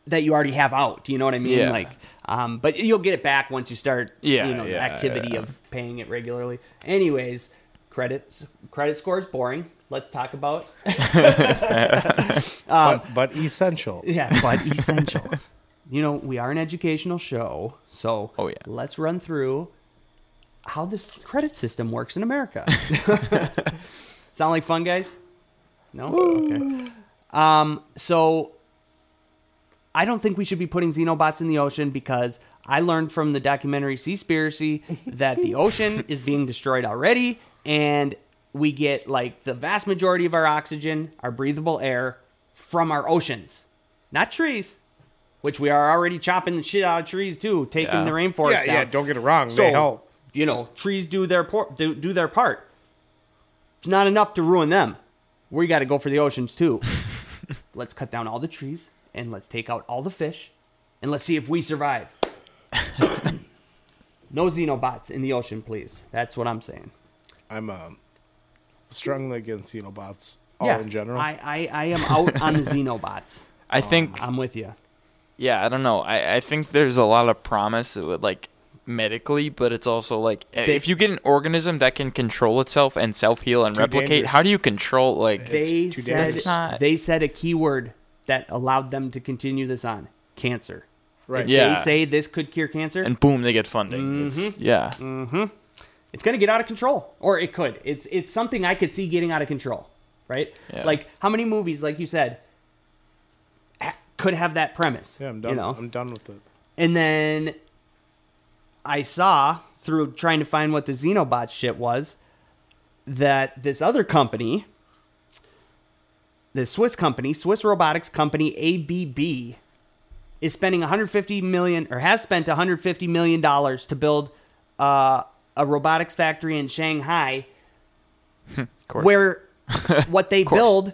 S2: that you already have out. You know what I mean?
S4: Yeah.
S2: Like, um, but you'll get it back once you start,
S4: Yeah,
S2: you know, the
S4: yeah,
S2: activity
S4: yeah.
S2: of paying it regularly. Anyways, credits credit score is boring. Let's talk about
S3: but, but essential.
S2: yeah, but essential. You know, we are an educational show, so
S4: Oh, yeah.
S2: let's run through how this credit system works in America. Sound like fun, guys? No? Okay. Um, so I don't think we should be putting xenobots in the ocean because I learned from the documentary Seaspiracy that the ocean is being destroyed already and we get like the vast majority of our oxygen, our breathable air from our oceans, not trees, which we are already chopping the shit out of trees too, taking
S4: Yeah.
S2: the rainforest
S3: Yeah,
S2: down.
S3: yeah. Don't get it wrong.
S2: So
S3: they help.
S2: you know, trees do their por- do, do their part. It's not enough to ruin them. We got to go for the oceans too. let's cut down all the trees and let's take out all the fish, and let's see if we survive. no xenobots in the ocean, please. That's what I'm saying.
S3: I'm um, strongly against xenobots all Oh, in general.
S2: I, I I am out on the xenobots.
S4: I think
S2: I'm with you.
S4: yeah i don't know i, I think there's a lot of promise with like medically but it's also like eh, if you get an organism that can control itself and self-heal and
S3: too
S4: replicate
S3: dangerous.
S4: how do you control like
S2: They
S3: too
S2: said
S3: dangerous.
S4: That's not-
S2: they said a keyword that allowed them to continue this on cancer.
S3: right.
S4: Yeah.
S2: They say Mm-hmm. this could cure cancer.
S4: and boom they get funding it's, yeah
S2: it's going to get out of control or it could it's it's something i could see getting out of control right
S4: Yeah.
S2: like how many movies like you said ha- could have that premise
S3: Yeah. I'm done.
S2: you know
S3: I'm done with it.
S2: and then i saw through trying to find what the xenobot shit was that this other company the swiss company swiss robotics company abb is spending 150 million or has spent 150 million dollars to build uh, a robotics factory in Shanghai,
S4: course.
S2: where what they
S4: course.
S2: build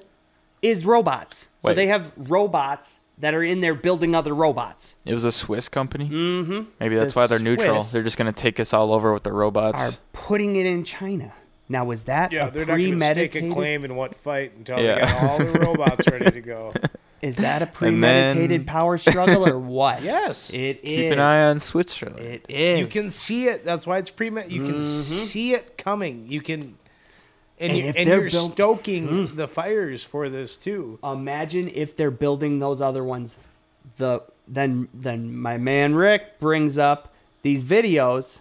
S2: is robots. So
S4: Wait.
S2: they have robots that are in there building other robots.
S4: it was a swiss company mm-hmm. maybe that's why they're neutral
S2: Swiss-
S4: they're just going to take us all over with the robots
S2: Are putting it in China now? Was that
S3: Yeah,
S2: a
S3: they're not going to stake a
S2: premeditated?
S3: claim in what fight until
S4: Yeah.
S3: they got all the robots ready to go.
S2: Is that a
S4: And then-
S2: premeditated power struggle or what?
S3: Yes.
S2: it is.
S4: keep an eye on switzerland
S2: It is.
S3: You can see it. That's why it's pre. You can
S4: Mm-hmm.
S3: see it coming. You can, and,
S2: And
S3: you,
S2: if
S3: and
S2: they're
S3: you're
S2: built- Mm.
S3: stoking the fires for this too.
S2: imagine if they're building those other ones the then then my man rick brings up these videos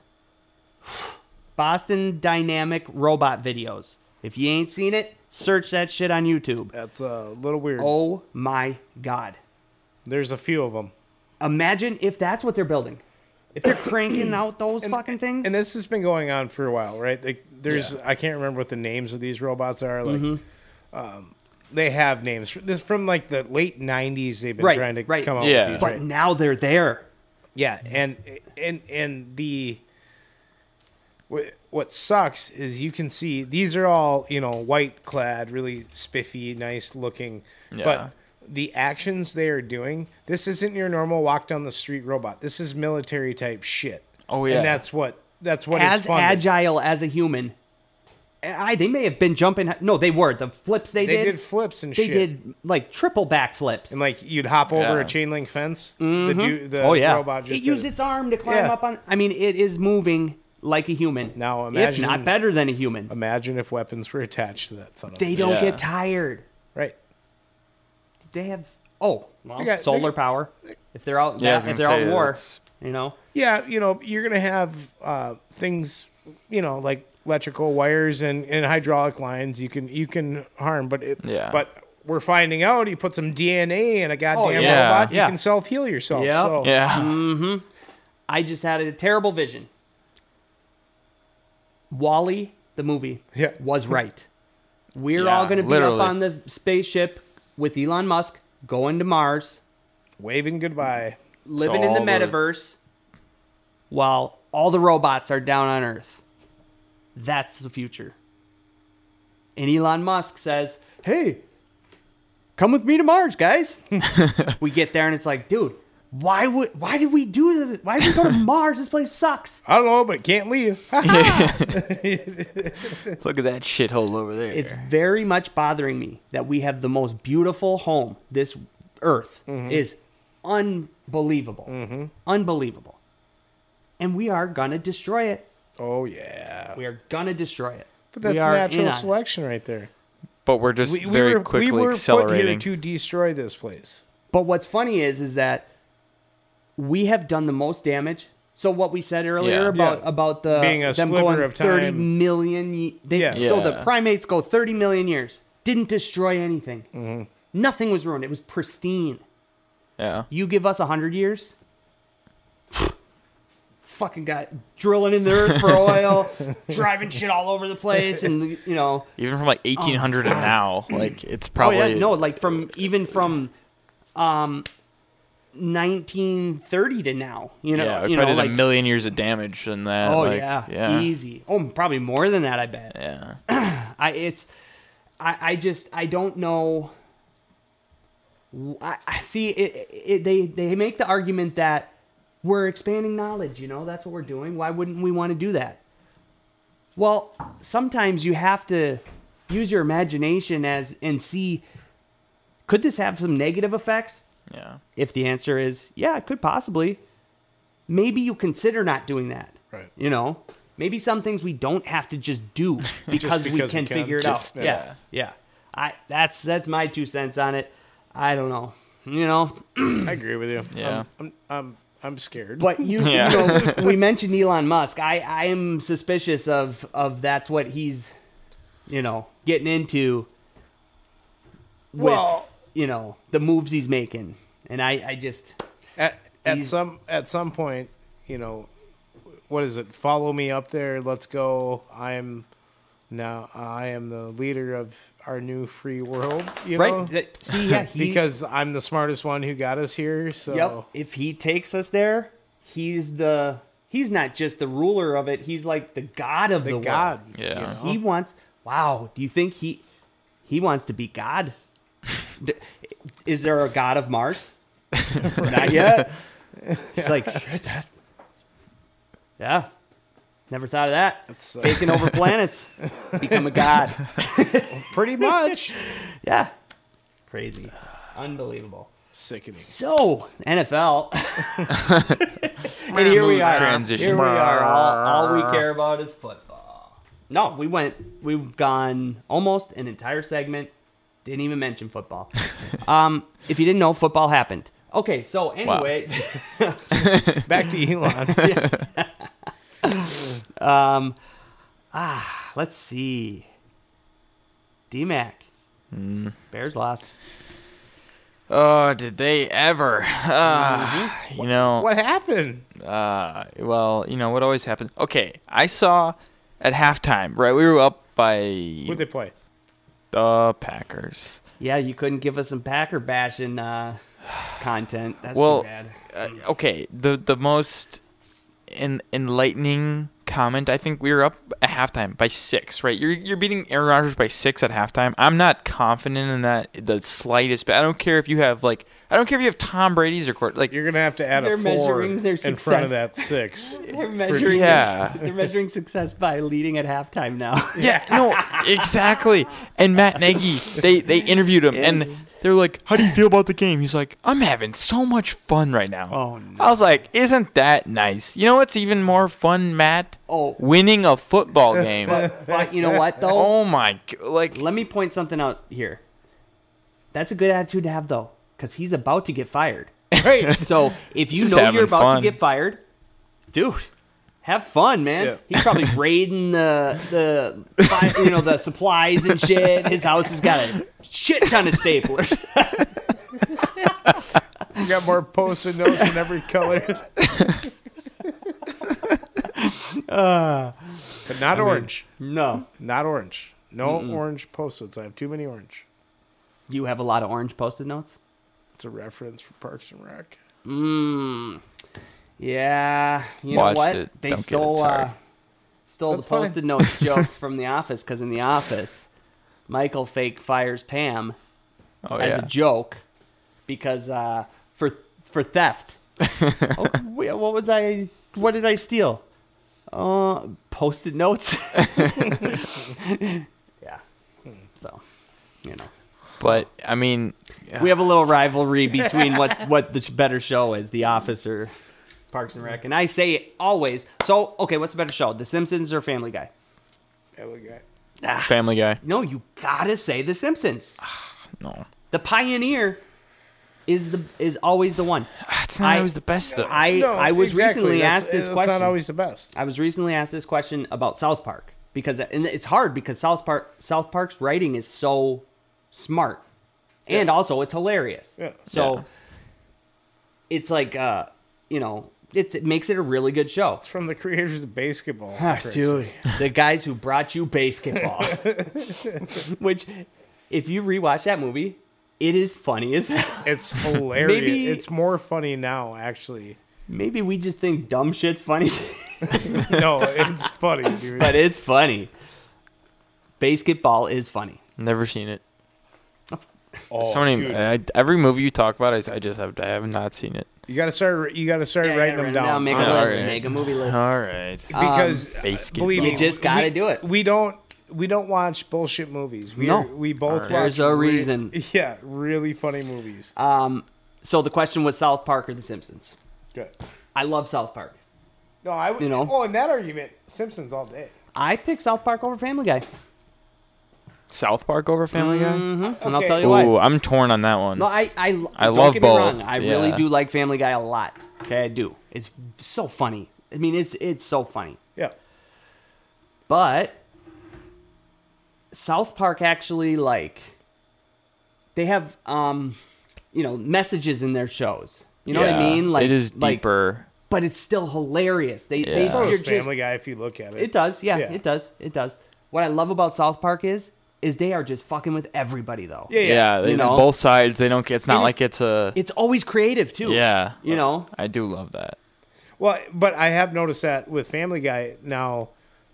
S2: boston dynamic robot videos if you ain't seen it search that shit on youtube
S3: That's a little weird.
S2: oh my god
S3: There's a few of them.
S2: imagine if that's what they're building If you're cranking out those fucking things,
S3: And this has been going on for a while, right? Like, there's I can't remember what the names of these robots are. Like, um,
S2: Mm-hmm.
S3: they have names. This from like the late '90s. They've been
S2: Right,
S3: trying to
S2: right.
S3: come up
S4: Yeah.
S3: with these.
S2: but
S3: right?
S2: now they're there.
S3: Yeah, and and and the wh- what sucks is you can see these are all you know white clad, really spiffy, nice looking,
S4: Yeah.
S3: but the actions they are doing. This isn't your normal walk down the street robot. This is military type shit.
S4: Oh, yeah.
S3: and that's what that's what is
S2: as
S3: funded.
S2: agile as a human. I they may have been jumping. No, they were the flips. They,
S3: They
S2: did.
S3: did flips and
S2: they
S3: shit.
S2: did like triple backflips.
S3: and like you'd hop over
S4: Yeah. Mm-hmm.
S3: a chain link fence. The, du- the
S2: oh yeah,
S3: robot just
S2: it used
S3: did
S2: its arm to climb
S3: Yeah.
S2: up on. I mean, it is moving like a human.
S3: Now
S2: if
S3: imagine-
S2: not better than a human,
S3: Imagine if weapons were attached to that. Son of a
S2: they
S3: bitch.
S2: don't
S4: Yeah.
S2: get tired.
S3: right.
S2: They have oh well,
S3: They got- they
S2: solar
S3: got-
S2: power. If they're out,
S4: Yeah, I was
S2: if
S4: gonna
S2: they're out
S4: say,
S2: at war,
S4: that's-
S2: you know.
S3: Yeah, you know, you're gonna have uh, things, you know, like electrical wires and, and hydraulic lines. You can you can harm, but it,
S4: Yeah. Oh,
S3: But we're finding out you put some DNA in a goddamn
S2: yeah.
S3: robot.
S2: Yeah.
S3: You can self heal yourself.
S2: Yep.
S3: So
S4: Yeah.
S2: Mm-hmm. I just had a terrible vision. Wally, the movie,
S3: Yeah.
S2: was right. We're
S4: Yeah,
S2: all going to be
S4: literally.
S2: up on the spaceship with Elon Musk going to Mars,
S3: waving goodbye.
S2: living in the
S4: all the-
S2: metaverse, while all the robots are down on Earth. That's the future. And Elon Musk says, Hey, come with me to Mars, guys. we get there and it's like, dude, why would why did we do this? Why did we go to Mars? This place sucks.
S3: I don't know, but can't leave.
S4: Look at that shithole over there.
S2: it's very much bothering me that we have the most beautiful home this earth
S3: Mm-hmm.
S2: is unbelievable unbelievable and we are gonna destroy it
S3: oh yeah,
S2: we are gonna destroy it
S3: but that's
S2: we are in
S3: natural
S2: on it.
S3: selection right there.
S4: but we're just very quickly
S3: we were put here
S4: accelerating.
S3: to destroy this place.
S2: but what's funny is is that we have done the most damage so what we said earlier
S4: Yeah.
S2: about
S3: Yeah.
S2: about the
S3: Being a
S2: them
S3: sliver
S2: going
S3: of
S2: 30
S3: time.
S2: million ye- they,
S3: Yeah.
S2: so the
S4: Yeah.
S2: primates go 30 million years didn't destroy anything
S3: Mm-hmm.
S2: nothing was ruined it was pristine
S4: yeah.
S2: You give us 100 years? Fucking got drilling in the earth for oil, driving shit all over the place, and you know.
S4: Even from like 1800 to now, like it's
S2: Oh
S4: probably
S2: yeah, no, like from even from, um, 1930 to now, you know,
S4: yeah, we
S2: you know,
S4: probably did
S2: like
S4: a million years of damage than that.
S2: oh
S4: like,
S2: yeah,
S4: yeah,
S2: easy. Oh, probably more than that. I bet.
S4: yeah.
S2: I it's I I just I don't know. I, I see it, it. They they make the argument that we're expanding knowledge. You know that's what we're doing. Why wouldn't we want to do that? Well, sometimes you have to use your imagination as and see. Could this have some negative effects?
S4: yeah.
S2: If the answer is yeah, it could possibly. Maybe you consider not doing that.
S3: Right.
S2: You know, maybe some things we don't have to just do because, we,
S3: because we
S2: can
S3: can.
S2: figure it
S4: Just-
S2: out.
S4: yeah.
S2: Yeah. yeah, I that's that's my two cents on it. I don't know. You know,
S3: I agree with you.
S4: Yeah.
S3: I'm I'm, I'm, I'm scared.
S2: but you,
S4: Yeah.
S2: you know, we mentioned Elon Musk. I I am suspicious of of that's what he's, you know, getting into. With,
S3: Well-
S2: you know the moves he's making, and I I just
S3: at, at
S2: He's-
S3: some at some point, you know, what is it? Follow me up there. Let's go. I'm now. I am the leader of our new free world. You know,
S2: right that, see yeah he,
S3: because I'm the smartest one who got us here. So
S2: Yep. If he takes us there, he's the he's not just the ruler of it. He's like the god of the,
S3: the
S2: world.
S3: God.
S4: Yeah.
S2: He wants. Wow. Do you think he he wants to be God? D- Is there a god of Mars? not yet. He's like shit. That. Yeah. Never thought of that.
S3: That's, uh,
S2: Taking over planets, become a god.
S3: Pretty much
S2: Yeah. Crazy. Unbelievable.
S3: sickening.
S2: So NFL, and here we
S4: Smooth
S2: are.
S4: transition.
S2: Here we are. All, all we care about is football. No, we went. We've gone almost an entire segment. Didn't even mention football. um, if you didn't know, football happened. Okay, so anyways,
S3: Back to Elon.
S2: um, ah, let's see. DMAC,
S4: Hmm.
S2: Bears lost.
S4: Oh, did they ever? Ah, You know,
S3: Mm-hmm. what happened?
S4: Uh, well, you know what always happens. Okay, I saw at halftime. Right, we were up by
S3: Who'd they play?
S4: the Packers.
S2: Yeah, you couldn't give us some Packer bashing uh, content. That's
S4: well,
S2: too bad.
S4: uh, okay. The the most en- enlightening comment. I think we were up at halftime by six. Right, you're you're beating Aaron Rodgers by six at halftime. I'm not confident in that the slightest. But I don't care if you have like I don't care if you have Tom Brady's record. Like
S3: You're gonna have to add
S2: They're
S3: a four
S2: measuring their
S3: in front
S2: success.
S3: of that six.
S2: They're measuring,
S4: Yeah.
S2: they're measuring success by leading at halftime now.
S4: Yeah, no, exactly. And Matt Nagy, they they interviewed him, and
S2: Yes.
S4: they're like, "How do you feel about the game?" He's like, "I'm having so much fun right now."
S2: Oh, no.
S4: I was like, "Isn't that nice?" You know what's even more fun, Matt?
S2: Oh.
S4: winning a football game.
S2: but you know what though?
S4: oh my, g- like
S2: Let me point something out here. That's a good attitude to have though, because he's about to get fired.
S3: Right.
S2: So if you
S4: Just
S2: know
S4: having
S2: you're about
S4: fun.
S2: to get fired, dude, have fun, man.
S3: Yeah.
S2: He's probably raiding the the fi- you know the supplies and shit. His house has got a shit ton of staplers.
S3: You got more post-it notes in every color. but not orange.
S2: No,
S3: Not orange. No orange post-its. I have too many orange.
S2: you have a lot of orange post-it notes.
S3: It's a reference for Parks and Rec.
S2: Mm. Yeah, you
S4: Watched
S2: know what?
S4: it.
S2: They
S4: Don't get it,
S2: stole
S4: sorry.
S2: uh, stole
S3: That's
S2: the
S3: fine.
S2: post-it notes joke from The Office because in The Office, Michael fake fires Pam
S4: oh
S2: as
S4: yeah,
S2: a joke because uh, for for theft. oh, wait, what was I? What did I steal? Uh, post-it notes. yeah. So, you know.
S4: but I mean,
S2: We have a little rivalry between what what the better show is, The Office or Parks and Rec, and I say it always. So, okay, what's the better show, The Simpsons or Family Guy?
S3: Yeah, we got-
S4: Family Guy.
S2: No, you gotta say The Simpsons.
S4: No,
S2: The pioneer is the is always the one.
S4: it's not
S2: I-
S4: always the best though.
S2: I
S3: No,
S2: I was
S3: exactly.
S2: recently
S3: That's-
S2: asked this
S3: that's
S2: question.
S3: not always the best.
S2: I was recently asked this question about South Park because and it's hard because South Park South Park's writing is so smart and also it's hilarious.
S3: Yeah.
S2: So
S4: Yeah.
S2: it's like uh you know it's it makes it a really good show.
S3: It's from the creators of basketball.
S2: Ah,
S3: Chris.
S2: the guys who brought you basketball, which if you rewatch that movie, it is funny as hell.
S3: It's hilarious.
S2: Maybe-
S3: It's more funny now, actually.
S2: Maybe we just think dumb shit's funny.
S3: No, it's funny, dude.
S2: but it's funny. Basketball is funny.
S4: Never seen it.
S3: oh,
S4: so many.
S3: dude.
S4: I, every movie you talk about, I, I just have I have not seen it.
S3: you gotta start. You gotta start writing them down.
S2: Make a
S4: All
S2: list.
S3: honestly.
S4: right.
S2: Make a movie list.
S4: All right.
S3: because
S2: Um,
S3: uh,
S4: Basketball.
S3: believe me,
S4: You
S2: just gotta
S3: we-
S2: do it.
S3: We don't we don't watch bullshit movies. We
S2: No.
S3: are- we both watch
S2: There's a
S3: re-
S2: reason.
S3: Yeah, really funny movies.
S2: Um, so the question was South Park or The Simpsons.
S3: Good.
S2: I love South Park.
S3: No, I would.
S2: you know.
S3: Oh, in that argument, Simpsons all day.
S2: I pick South Park over Family Guy,
S4: South Park over Family
S2: hmm and I'll
S3: Okay.
S2: tell you why.
S4: Ooh, I'm torn on that one.
S2: No, I I,
S4: I
S2: don't
S4: love
S2: get me Wrong.
S4: both,
S2: I really
S4: yeah.
S2: do like Family Guy a lot. Okay, I do. It's so funny. I mean, it's it's so funny.
S3: Yeah.
S2: But South Park actually like they have um you know messages in their shows. You know what I
S4: Yeah,
S2: mean? Like
S4: it is
S2: like-
S4: deeper.
S2: but it's still hilarious. They
S4: Yeah.
S2: they
S4: So
S3: So
S2: you're
S3: is
S2: just
S3: Family Guy if you look at it.
S2: It does, yeah,
S3: Yeah.
S2: It does. It does. What I love about South Park is is they are just fucking with everybody though.
S3: Yeah,
S4: yeah,
S2: you
S4: they-
S2: know?
S4: both sides. They don't. get- It's not
S2: And
S4: like it's a.
S2: It's always creative too.
S4: yeah,
S2: You know?
S4: I do love that.
S3: Well, but I have noticed that with Family Guy now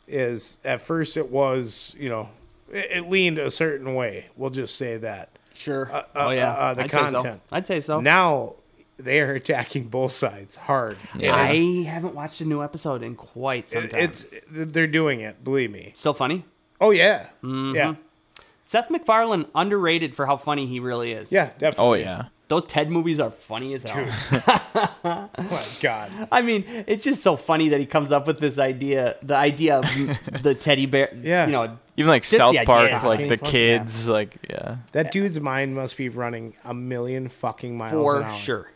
S3: is at first it was you know it, it leaned a certain way. We'll just say that.
S2: Sure. Oh,
S3: uh, uh, the
S2: I'd say so.
S3: content.
S2: I'd say so.
S3: Now they are attacking both sides hard.
S4: Yeah.
S2: I haven't watched a new episode in quite some time.
S3: It's they're doing it. Believe me.
S2: still funny.
S3: Oh yeah,
S2: Mm-hmm.
S3: yeah,
S2: Seth MacFarlane underrated for how funny he really is.
S3: yeah, definitely.
S4: Oh yeah,
S2: Those Ted movies are funny as hell.
S3: Oh my God.
S2: I mean, it's just so funny that he comes up with this idea, the idea of m- the teddy bear,
S3: Yeah.
S2: you know,
S4: even like
S2: Just the
S4: South
S2: idea
S4: Park,
S2: is
S4: like
S3: fucking
S4: the
S3: fun, yeah.
S4: kids, like yeah.
S3: That dude's mind must be running a million fucking miles an
S2: for
S3: hour.
S2: sure.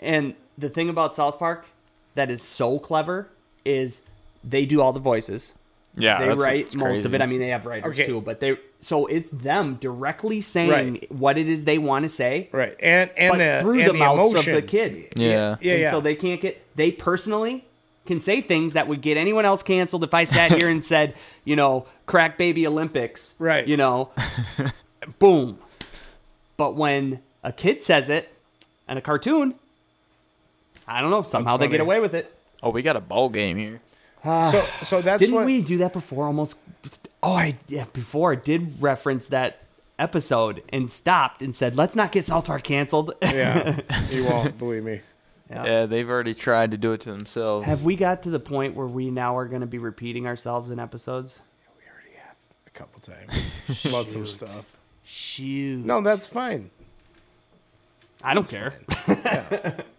S2: And the thing about South Park that is so clever is they do all the voices.
S4: Yeah,
S2: they
S4: that's-
S2: write
S4: it's
S2: most of
S4: crazy.
S2: it. I mean, they have writers
S3: Okay.
S2: too, but they so it's them directly saying
S3: Right.
S2: what it is they want to say,
S3: Right. And and
S2: but
S3: the
S2: through
S3: and
S2: the, mouths
S3: emotion.
S2: of the kid.
S4: Yeah.
S3: Yeah,
S2: and
S3: yeah.
S2: so they can't get they personally can say things that would get anyone else canceled if I sat here and said, you know, crack baby Olympics.
S3: Right.
S2: You know, boom. But when a kid says it in a cartoon, I don't know, somehow they
S3: funny.
S2: get away with it.
S4: Oh, we got a ball game here.
S3: so so that's
S2: Didn't
S3: what
S2: we do that before almost Oh, I yeah, before I did reference that episode and stopped and said, "Let's not get South Park canceled."
S3: Yeah. you won't believe me.
S4: Yeah, they've already tried to do it to themselves.
S2: Have we got to the point where we now are going to be repeating ourselves in episodes?
S3: We already have a couple times about some stuff.
S2: Shoot.
S3: No, that's fine.
S2: I don't care.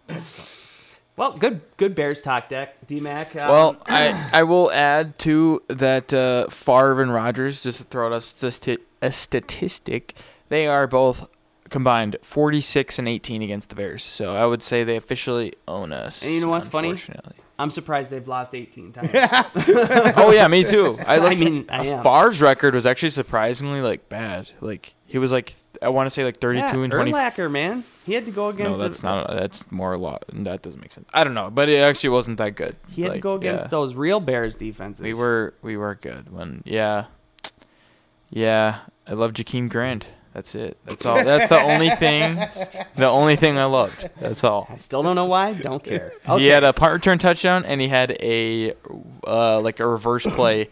S2: well, good good Bears talk deck, D Mac. Um,
S4: Well, I, I will add too that uh, Favre and Rogers just to throw out a, stati- a statistic. They are both combined 46 and 18 against the Bears. So I would say they officially own us.
S2: And you know what's funny?
S4: unfortunately.
S2: I'm surprised they've lost 18 times.
S4: oh yeah, me too. I, looked,
S2: mean, I am.
S4: Favre's record was actually surprisingly like bad. Like he was like I want to say like 32
S2: yeah,
S4: and 20.
S2: Urlacher, man, he had to go
S4: No,
S2: against.
S4: that's
S2: the-
S4: not. That's more a lot. That doesn't make sense. I don't know, but it actually wasn't that good.
S2: He had to
S4: Like,
S2: go against
S4: yeah.
S2: those real Bears defenses.
S4: We were we were good when yeah. Yeah. I love Jakeem Grant. That's it. That's all that's the only thing the only thing I loved. That's all.
S2: I still don't know why. Don't care.
S4: He had a punt return touchdown and he had a uh, like a reverse play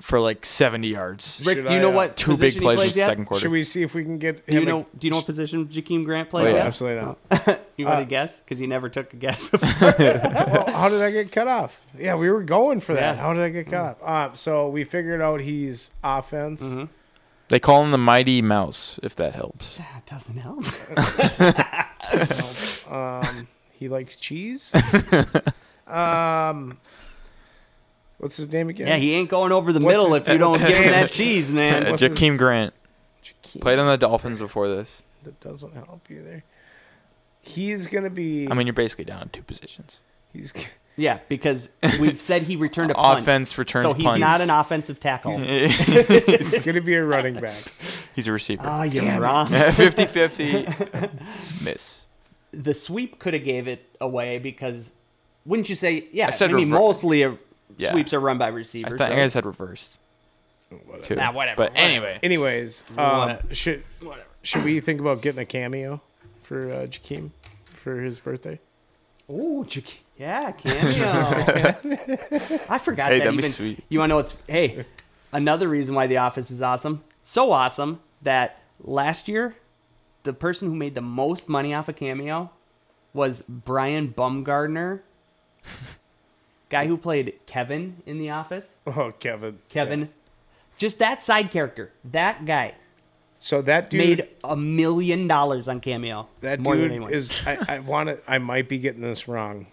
S4: for like seventy yards.
S2: Rick,
S3: Should
S2: do you
S3: I,
S2: know
S3: uh,
S2: what
S4: Two big
S2: Mm-hmm. position he
S4: plays in
S2: plays
S4: the
S2: yet?
S4: second quarter.
S3: Should we see if we can get
S2: Do
S3: him
S2: you
S3: a-
S2: know? Do you know what position Jakeem Grant
S4: Oh,
S2: plays?
S4: yeah.
S2: yet?
S3: Absolutely not.
S2: You want to guess? Because you never took a guess before.
S3: well, Oh, how did I get cut off? Yeah, we were going for that.
S2: Yeah.
S3: How did I get cut off? Uh, so we figured out he's offense.
S2: Mm-hmm.
S4: They call him the mighty mouse, if that helps.
S2: that doesn't help.
S3: He likes cheese. um, what's his name again?
S2: Yeah, he ain't going over the
S3: What's
S2: middle
S3: his-
S2: if you don't
S3: what's
S2: give
S3: his
S2: him
S3: name?
S2: that cheese, man.
S4: Uh,
S3: What's his-
S4: Jakeem Grant.
S3: Jakeem.
S4: Played on the Dolphins before this.
S3: That doesn't help either. He's gonna be.
S4: I mean you're basically down in two positions.
S3: he's
S2: Yeah, because we've said he returned a punt.
S4: Offense returns
S2: so he's
S4: punts.
S2: not an offensive tackle.
S3: he's gonna be a running back.
S4: He's a receiver.
S2: Oh, you're wrong.
S4: 50 50. Miss.
S2: The sweep could have gave it away because, wouldn't you say? Yeah, I,
S4: said
S2: mean
S4: rever-
S2: mostly a,
S4: Yeah.
S2: sweeps are run by
S4: I
S2: receivers.
S4: thought you
S2: so-
S4: guys had reversed. Too.
S2: Nah, whatever,
S4: But
S2: whatever.
S4: anyway,
S3: Anyways, um,
S2: What?
S3: should should we think about getting a cameo for uh, Jakeem for his birthday?
S2: Ooh, Jake- yeah, cameo. I forgot
S4: Hey,
S2: that
S4: that'd be
S2: even.
S4: sweet.
S2: You want to know what's? Hey, another reason why The Office is awesome. So awesome that last year, the person who made the most money off of cameo was Brian Bumgardner, guy who played Kevin in The Office.
S3: Oh, Kevin.
S2: Kevin, just that side character, that guy
S3: So that dude
S2: made a million dollars on cameo.
S3: That
S2: more than
S3: dude
S2: anyone.
S3: is. I, I want to. I might be getting this wrong.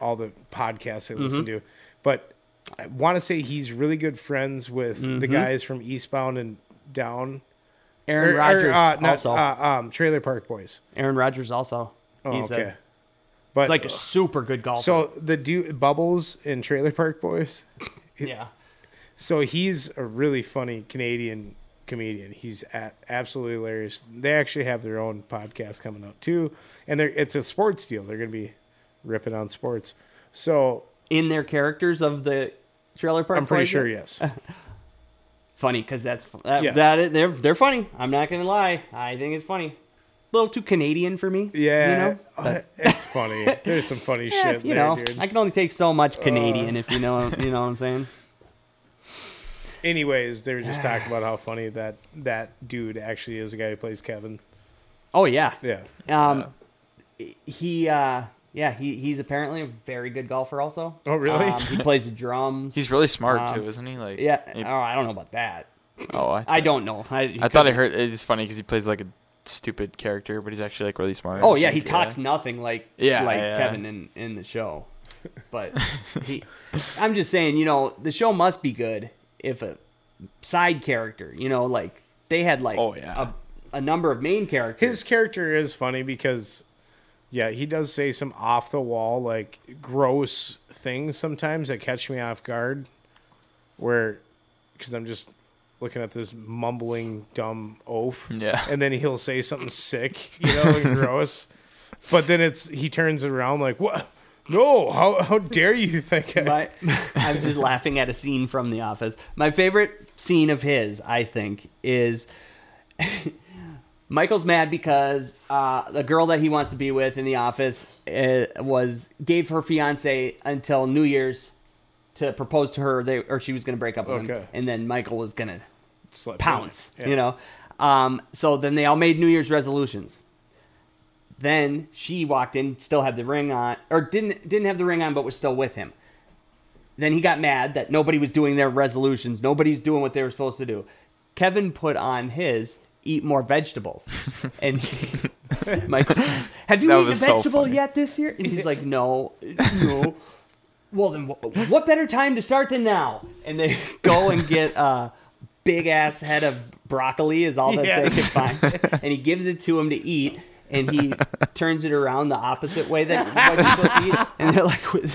S3: All the podcasts I
S2: Mm-hmm.
S3: listen to, but I want to say he's really good friends with the
S2: Mm-hmm.
S3: guys from Eastbound and Down.
S2: Aaron
S3: Or- or,
S2: Rodgers
S3: uh, not-
S2: also.
S3: uh, um, Trailer Park Boys.
S2: Aaron Rodgers also.
S3: Oh,
S2: He's
S3: okay.
S2: a
S3: but
S2: It's like a super good golfer.
S3: so the dude Bubbles in Trailer Park Boys.
S2: yeah,
S3: So he's a really funny Canadian comedian. He's at, absolutely hilarious. They actually have their own podcast coming out too, and they're it's a sports deal. They're going to be ripping on sports. So
S2: in their characters of the trailer park.
S3: I'm pretty
S2: Boys,
S3: sure,
S2: yeah.
S3: yes.
S2: Funny because that's that,
S3: Yes.
S2: that is- they're they're funny. I'm not gonna lie. I think it's funny. A little too Canadian for me.
S3: Yeah,
S2: you know.
S3: uh, it's funny. There's some funny
S2: Yeah,
S3: shit
S2: you
S3: there,
S2: know,
S3: dude.
S2: I can only take so much Canadian if you know you know what I'm saying.
S3: Anyways, they were just talking about how funny that that dude actually is the guy who plays Kevin.
S2: Oh yeah,
S3: Yeah,
S2: Um, he uh, yeah he he's apparently a very good golfer also.
S3: Oh, really?
S2: Um, he plays the drums.
S4: he's really smart
S2: Um,
S4: too, isn't he? Like,
S2: yeah.
S4: he-
S2: oh, I don't know about that.
S4: oh, I,
S2: I don't know. I, he
S4: I thought I heard it's funny because he plays like a stupid character, but he's actually like really smart.
S2: Oh yeah, he
S4: Yeah.
S2: talks nothing like
S4: Yeah,
S2: like
S4: yeah.
S2: Kevin in in the show. But he, I'm just saying, you know, the show must be good if a side character, you know, like they had like
S4: Oh, yeah.
S2: a, a number of main characters.
S3: his character is funny because, yeah, he does say some off the wall like gross things sometimes that catch me off guard. where because I'm just looking at this mumbling dumb oaf.
S4: Yeah.
S3: And then he'll say something sick, you know, and gross. But then it's he turns around like, What no, how how dare you think I
S2: My, I'm just laughing at a scene from The Office. My favorite scene of his, I think, is Michael's mad because uh, the girl that he wants to be with in The Office uh, was gave her fiance until New Year's to propose to her. They or she was going to break up with him,
S3: Okay.
S2: and then Michael was going to
S3: slept in it?"
S2: pounds,
S3: Yeah.
S2: you know. Um, so then they all made New Year's resolutions. Then she walked in, still had the ring on, or didn't didn't have the ring on, but was still with him. Then he got mad that nobody was doing their resolutions. Nobody's doing what they were supposed to do. Kevin put on his eat more vegetables, and he- Michael says, "Have you
S4: That
S2: eaten a
S4: was so
S2: vegetable
S4: funny.
S2: yet this year?" And he's like, "No, no." Well, then, wh- what better time to start than now? And they go and get uh, a big ass head of broccoli, is all that
S3: Yes.
S2: they can find. And he gives it to him to eat, and he turns it around the opposite way that what you're supposed to eat. it. And they're like, "What-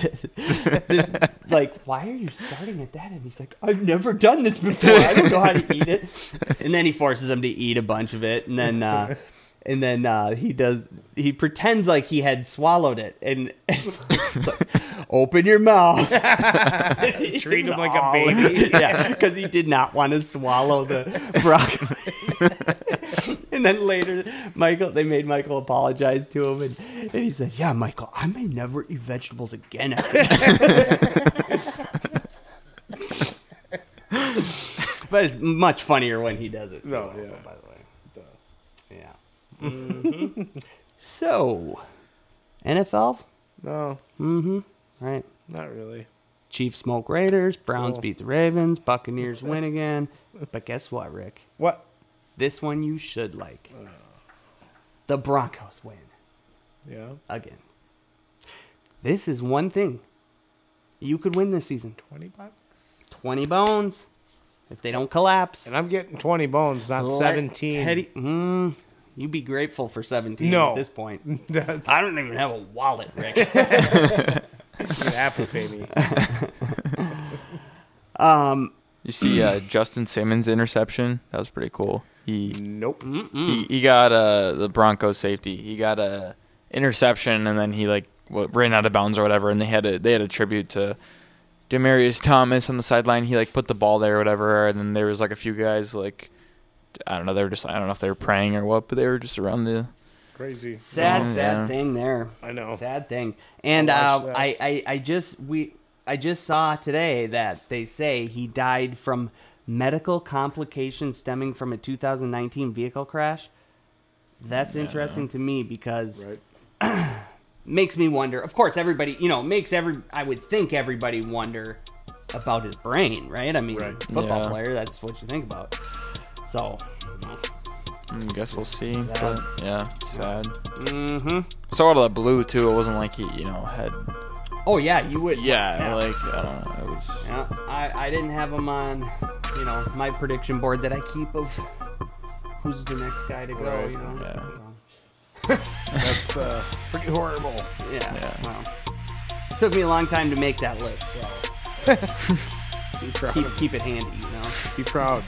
S2: this, like, why are you starting at that? And he's like, I've never done this before. I don't know how to eat it. And then he forces him to eat a bunch of it, and then. Uh, and then uh, he does. He pretends like he had swallowed it, and, and it's like, open your mouth.
S3: Treat him like
S2: Aw,
S3: a baby.
S2: yeah, because he did not want to swallow the broccoli. and then later, Michael, they made Michael apologize to him, and, and he said, "Yeah, Michael, I may never eat vegetables again." After this." but it's much funnier when he does it. too,
S3: No,
S2: also,
S3: Oh, yeah.
S2: by the way, yeah.
S3: Mm-hmm.
S2: Mhm. so, NFL,
S3: No,
S2: right?
S3: not really.
S2: Chiefs smoke Raiders, Browns
S3: Cool.
S2: beat the Ravens, Buccaneers win again. But guess what, Rick?
S3: What?
S2: This one you should like. The Broncos win
S3: Yeah.
S2: again. This is one thing you could win this season.
S3: Twenty bucks?
S2: 20 bones if they don't collapse.
S3: And I'm getting twenty bones, not
S2: Let
S3: seventeen.
S2: Teddy, mm, you'd be grateful for 17
S3: No.
S2: at this point.
S3: That's
S2: I don't even have a wallet, Rick.
S3: Apple Pay me.
S4: You see uh, Justin Simmons' interception? That was pretty cool. He
S3: Nope.
S4: he, he got uh, the Broncos safety. He got a interception, and then he like what, ran out of bounds or whatever. And they had a they had a tribute to Demarius Thomas on the sideline. He like put the ball there or whatever. And then there was like a few guys like I don't know. They were just I don't know if they were praying or what, but they were just around the
S3: Crazy.
S2: Sad,
S4: Yeah.
S2: sad thing there.
S3: I know.
S2: Sad thing. And
S3: I
S2: uh,
S3: watched that.
S2: I, I, I just we I just saw today that they say he died from medical complications stemming from a 2019 vehicle crash. That's interesting to me because
S3: Right.
S2: makes me wonder. Of course, everybody you know makes every I would think everybody wonder about his brain, right? I mean,
S3: Right.
S2: football
S4: Yeah.
S2: player. That's what you think about. So,
S4: I guess we'll see.
S2: Sad.
S4: But, yeah, sad.
S2: hmm
S4: So out of the blue too. It wasn't like he you know had
S2: oh yeah, you would.
S4: yeah like I don't know. It was
S2: Yeah, Uh, I, I didn't have him on, you know, my prediction board that I keep of who's the next guy to go,
S3: Right,
S2: you know.
S4: yeah.
S3: That's uh, pretty horrible.
S2: So, yeah,
S4: Yeah.
S2: well. It took me a long time to make that list, so
S3: Be proud.
S2: keep, keep it handy, you know.
S3: Be proud.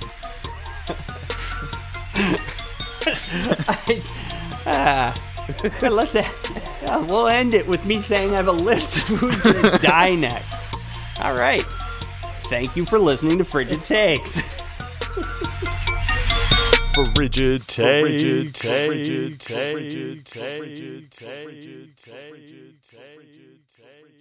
S2: But let's yeah, we'll end it with me saying I have a list of who's gonna die next. All right. Thank you for listening to Frigid Takes.
S5: frigid frigid frigid frigid frigid frigid frigid